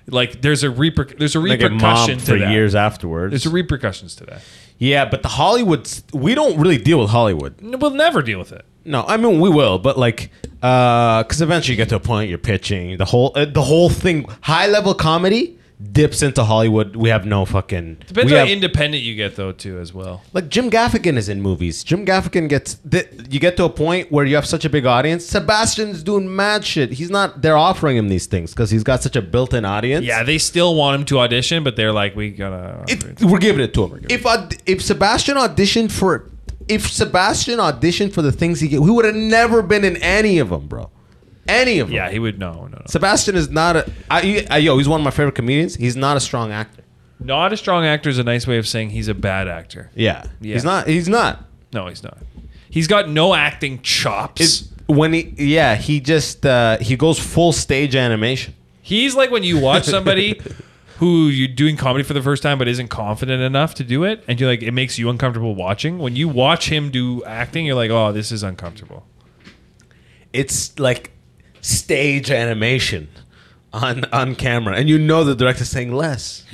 [SPEAKER 1] like there's a reper- there's a
[SPEAKER 2] like a mob
[SPEAKER 1] repercussion to
[SPEAKER 2] for
[SPEAKER 1] that.
[SPEAKER 2] years afterwards.
[SPEAKER 1] There's repercussions to that.
[SPEAKER 2] Yeah, but the Hollywood, we don't really deal with Hollywood.
[SPEAKER 1] N- We'll never deal with it.
[SPEAKER 2] No, I mean we will, but like, because eventually you get to a point you're pitching the whole uh, the whole thing. High level comedy dips into Hollywood. We have no fucking.
[SPEAKER 1] Depends
[SPEAKER 2] we
[SPEAKER 1] how
[SPEAKER 2] have-
[SPEAKER 1] independent you get though too as well.
[SPEAKER 2] like Jim Gaffigan is in movies. Jim Gaffigan gets th- you get to a point where you have such a big audience. Sebastian's doing mad shit. He's not. They're offering him these things because he's got such a built in audience.
[SPEAKER 1] Yeah, they still want him to audition, but they're like, we gotta.
[SPEAKER 2] It, we're giving it to him. If I, if Sebastian auditioned for if Sebastian auditioned for the things he get, he would have never been in any of them, bro. Any of them.
[SPEAKER 1] yeah, he would. No, no, no.
[SPEAKER 2] Sebastian is not a I, he- I- yo. He's one of my favorite comedians. He's not a strong actor.
[SPEAKER 1] Not a strong actor is a nice way of saying he's a bad actor.
[SPEAKER 2] Yeah,
[SPEAKER 1] Yeah.
[SPEAKER 2] he's not. He's not.
[SPEAKER 1] No, he's not. He's got no acting chops.
[SPEAKER 2] It's when he yeah he just uh, he goes full stage animation.
[SPEAKER 1] He's like when you watch <laughs> somebody who you're doing comedy for the first time but isn't confident enough to do it, and you're like, it makes you uncomfortable watching. When you watch him do acting, you're like, oh, this is uncomfortable.
[SPEAKER 2] It's like stage animation on on camera, and you know the director's saying less.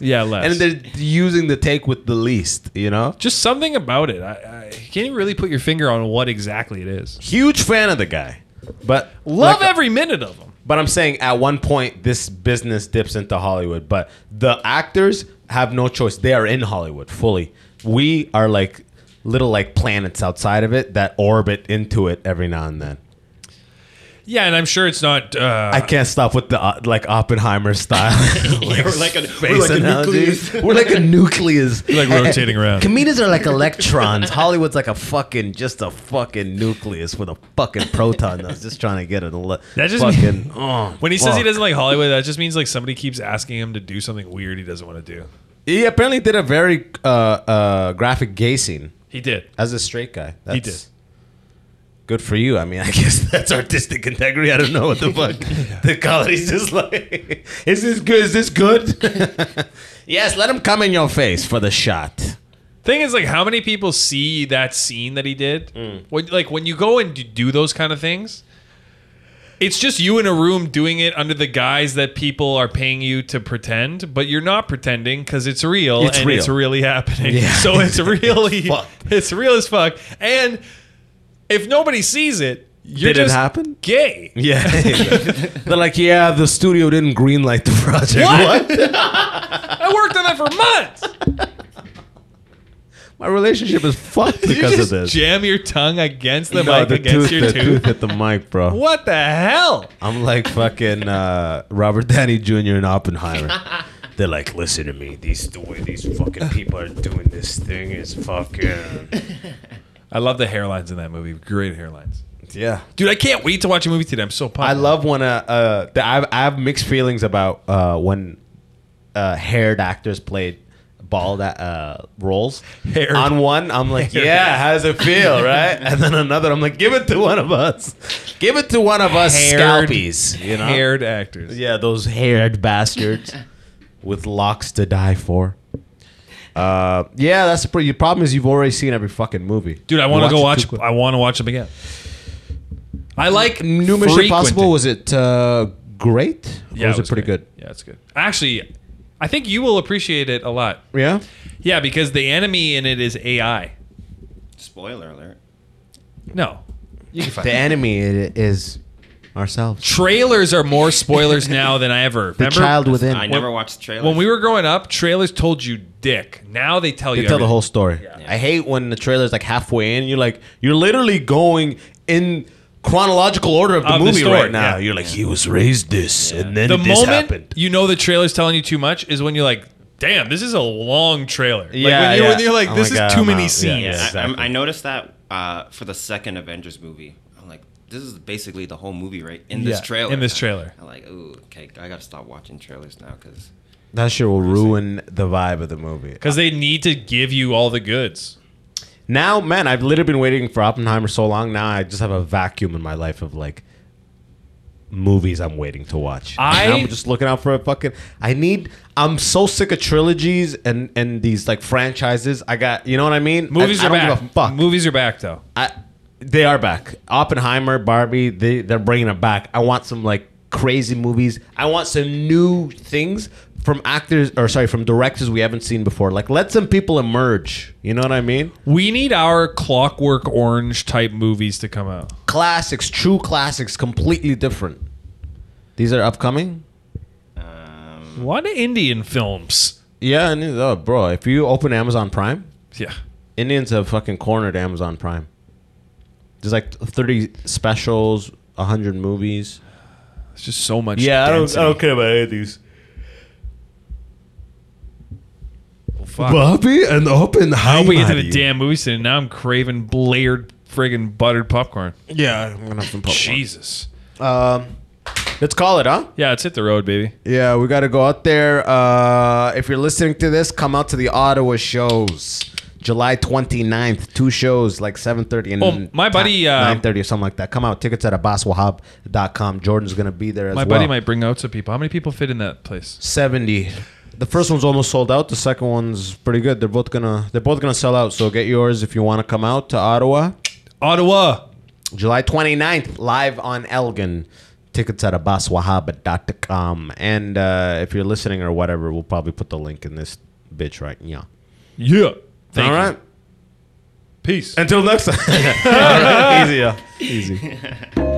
[SPEAKER 1] Yeah, less.
[SPEAKER 2] and they're using the take with the least. You know,
[SPEAKER 1] Just something about it. I, I can't even really put your finger on what exactly it is. uh,
[SPEAKER 2] huge fan of the guy, but
[SPEAKER 1] Love
[SPEAKER 2] like-
[SPEAKER 1] every minute of him.
[SPEAKER 2] But I'm saying at one point this business dips into Hollywood, but the actors have no choice. They are in Hollywood fully. We are like little like planets outside of it that orbit into it every now and then.
[SPEAKER 1] Yeah, and I'm sure it's not. Uh,
[SPEAKER 2] I can't stop with the uh, like
[SPEAKER 1] <laughs>
[SPEAKER 2] Oppenheimer style. like
[SPEAKER 3] we're like a- we're
[SPEAKER 2] space
[SPEAKER 3] like a
[SPEAKER 2] analogy.
[SPEAKER 3] nucleus.
[SPEAKER 2] We're like
[SPEAKER 1] <laughs>
[SPEAKER 2] a nucleus.
[SPEAKER 1] Like rotating around.
[SPEAKER 2] Comedians are like electrons. Hollywood's like a fucking just a fucking nucleus with a fucking proton that's just trying to get it. Ele-
[SPEAKER 1] That just
[SPEAKER 2] fucking,
[SPEAKER 1] mean-
[SPEAKER 2] oh,
[SPEAKER 1] when he says he
[SPEAKER 2] fuck.
[SPEAKER 1] doesn't like Hollywood, that just means like somebody keeps asking him to do something weird he doesn't want to do.
[SPEAKER 2] He apparently did a very uh, uh, graphic gay scene
[SPEAKER 1] He did.
[SPEAKER 2] as a straight guy. That's
[SPEAKER 1] He did.
[SPEAKER 2] Good for you. I mean, I <laughs> guess that's artistic integrity. I don't
[SPEAKER 1] <laughs>
[SPEAKER 2] know what the fuck the comedy's just like. <laughs> Is this good? Is this good?
[SPEAKER 1] <laughs>
[SPEAKER 2] yes, let him come in your face for the shot.
[SPEAKER 1] Thing is, like, how many people see that scene that he did?
[SPEAKER 2] Mm.
[SPEAKER 1] When, like, when you go and d- do those kind of things, it's just you in a room doing it under the guise that people are paying you to pretend, but you're not pretending because it's real
[SPEAKER 2] It's
[SPEAKER 1] and
[SPEAKER 2] real.
[SPEAKER 1] it's really happening.
[SPEAKER 2] Yeah.
[SPEAKER 1] So
[SPEAKER 2] <laughs>
[SPEAKER 1] it's really, it's,
[SPEAKER 2] fucked.
[SPEAKER 1] real as fuck. And if nobody sees it, you're
[SPEAKER 2] Did it
[SPEAKER 1] just
[SPEAKER 2] happen?
[SPEAKER 1] gay.
[SPEAKER 2] Yeah. <laughs> They're like, yeah, the studio didn't greenlight the project.
[SPEAKER 1] What? I worked on that for months.
[SPEAKER 2] <laughs> My relationship is
[SPEAKER 1] <laughs>
[SPEAKER 2] fucked
[SPEAKER 1] You
[SPEAKER 2] <laughs> because of
[SPEAKER 1] just
[SPEAKER 2] this.
[SPEAKER 1] Jam your tongue against the
[SPEAKER 2] No,
[SPEAKER 1] mic, against your
[SPEAKER 2] the
[SPEAKER 1] tooth.
[SPEAKER 2] tooth hit the mic, bro.
[SPEAKER 1] What the hell?
[SPEAKER 2] I'm like fucking uh, Robert Downey Jr.
[SPEAKER 1] <laughs>
[SPEAKER 2] and Oppenheimer. They're like, listen to me. These the way these fucking people are doing this thing is fucking.
[SPEAKER 1] I love the hairlines in that movie. Great hairlines.
[SPEAKER 2] Yeah,
[SPEAKER 1] Dude, I can't wait to watch a movie today. I'm so pumped.
[SPEAKER 2] I love when uh, uh the, I, I have mixed feelings about uh when uh haired actors played bald uh roles.
[SPEAKER 1] Haired.
[SPEAKER 2] On one, I'm like,
[SPEAKER 1] Haired.
[SPEAKER 2] yeah, how does it feel, right? And then another, I'm like, give it to one of us. Give it to one of us,
[SPEAKER 1] Haired-
[SPEAKER 2] scalpies. You know,
[SPEAKER 1] haired actors.
[SPEAKER 2] Yeah, those haired <laughs> bastards with locks to die for. Uh, yeah, that's the pretty. The problem is you've already seen every fucking movie,
[SPEAKER 1] Dude, I want to go watch.
[SPEAKER 2] It
[SPEAKER 1] I want to watch them again. I like
[SPEAKER 2] New Mission Impossible was it uh, great? Or was it, pretty good?
[SPEAKER 1] Yeah, it's good. Actually, I think you will appreciate it a lot.
[SPEAKER 2] Yeah,
[SPEAKER 1] Yeah, because the enemy in it is AI.
[SPEAKER 3] Spoiler alert.
[SPEAKER 1] No, you can find.
[SPEAKER 2] the
[SPEAKER 1] it.
[SPEAKER 2] enemy i- is ourselves.
[SPEAKER 1] Trailers are more
[SPEAKER 2] <laughs>
[SPEAKER 1] spoilers now than I ever.
[SPEAKER 2] The
[SPEAKER 1] Remember?
[SPEAKER 2] child within.
[SPEAKER 3] I never watched the trailer.
[SPEAKER 1] When we were growing up, trailers told you dick. Now they tell
[SPEAKER 2] They
[SPEAKER 1] you
[SPEAKER 2] tell the
[SPEAKER 1] everything.
[SPEAKER 2] whole story. I hate when the trailer's like halfway in. You're like, you're literally going in chronological order of the
[SPEAKER 1] Of the
[SPEAKER 2] movie
[SPEAKER 1] story,
[SPEAKER 2] right now.
[SPEAKER 1] yeah.
[SPEAKER 2] You're like, he was raised this, and then
[SPEAKER 1] the
[SPEAKER 2] this
[SPEAKER 1] moment
[SPEAKER 2] happened.
[SPEAKER 1] you know the trailer's telling you too much is when you're like, damn, this is a long trailer.
[SPEAKER 2] Yeah,
[SPEAKER 1] like when, you're, when
[SPEAKER 2] yeah.
[SPEAKER 1] you're like,
[SPEAKER 2] Oh
[SPEAKER 1] this
[SPEAKER 2] my
[SPEAKER 1] is
[SPEAKER 2] God,
[SPEAKER 1] too
[SPEAKER 2] I'm
[SPEAKER 1] many
[SPEAKER 2] out.
[SPEAKER 1] scenes.
[SPEAKER 2] Yeah, yeah.
[SPEAKER 3] I, I'm-
[SPEAKER 2] Exactly.
[SPEAKER 3] I noticed that uh, for the second Avengers movie. I'm like, this is basically the whole movie, right? In this
[SPEAKER 1] Yeah,
[SPEAKER 3] trailer.
[SPEAKER 1] in this trailer.
[SPEAKER 3] I'm like, ooh, okay, I gotta stop watching trailers now because
[SPEAKER 2] That shit will ruin the vibe of the movie.
[SPEAKER 1] Because they need to give you all the goods.
[SPEAKER 2] Now, man, I've literally been waiting for Oppenheimer so long. Now I just have a vacuum in my life of like movies I'm waiting to watch.
[SPEAKER 1] I-
[SPEAKER 2] And I'm just looking out for a fucking. I need. I'm so sick of trilogies and and these like franchises. I got. You know what I mean?
[SPEAKER 1] Movies
[SPEAKER 2] I,
[SPEAKER 1] are
[SPEAKER 2] I don't
[SPEAKER 1] back.
[SPEAKER 2] Give a fuck.
[SPEAKER 1] Movies are back though.
[SPEAKER 2] I, they are back. Oppenheimer, Barbie. They they're bringing it back. I want some like crazy movies. I want some new things from actors or sorry, from directors we haven't seen before. Like let some people emerge. You know what I mean?
[SPEAKER 1] We need our Clockwork Orange type movies to come out.
[SPEAKER 2] Classics, true classics, completely different. These are upcoming?
[SPEAKER 1] A lot of Indian films.
[SPEAKER 2] Yeah, and oh bro, if you open Amazon Prime,
[SPEAKER 1] Yeah.
[SPEAKER 2] Indians have fucking cornered Amazon Prime. There's like 30 specials, 100 movies.
[SPEAKER 1] It's just so much.
[SPEAKER 2] Yeah, I don't- I don't
[SPEAKER 1] care about any of these. Well, fuck.
[SPEAKER 2] Bobby and open
[SPEAKER 1] I hope we get to the damn movie soon. Now I'm craving Blared friggin' buttered popcorn.
[SPEAKER 2] Yeah, I'm gonna have some popcorn.
[SPEAKER 1] Jesus.
[SPEAKER 2] Um, let's call it, huh?
[SPEAKER 1] Yeah, it's hit the road, baby.
[SPEAKER 2] Yeah, we gotta go out there. Uh, if you're listening to this, come out to the Ottawa shows. July 29th, two shows like 7:30 and
[SPEAKER 1] Well, my buddy, uh,
[SPEAKER 2] 9:30 or something like that. Come out, tickets at abbaswahab.com. Jordan's gonna be there as
[SPEAKER 1] My
[SPEAKER 2] well.
[SPEAKER 1] buddy might bring out some people. How many people fit in that place?
[SPEAKER 2] 70 the first one's almost sold out the second one's pretty good they're both gonna they're both gonna sell out so get yours if you want to come out to ottawa
[SPEAKER 1] Ottawa.
[SPEAKER 2] july 29th live on elgin tickets at abbaswahab.com and uh, if you're listening or whatever we'll probably put the link in this bitch right yeah
[SPEAKER 1] Yeah. Thank
[SPEAKER 2] all
[SPEAKER 1] you.
[SPEAKER 2] right
[SPEAKER 1] Peace.
[SPEAKER 6] Until next time.
[SPEAKER 1] <laughs>
[SPEAKER 2] easy yeah. easy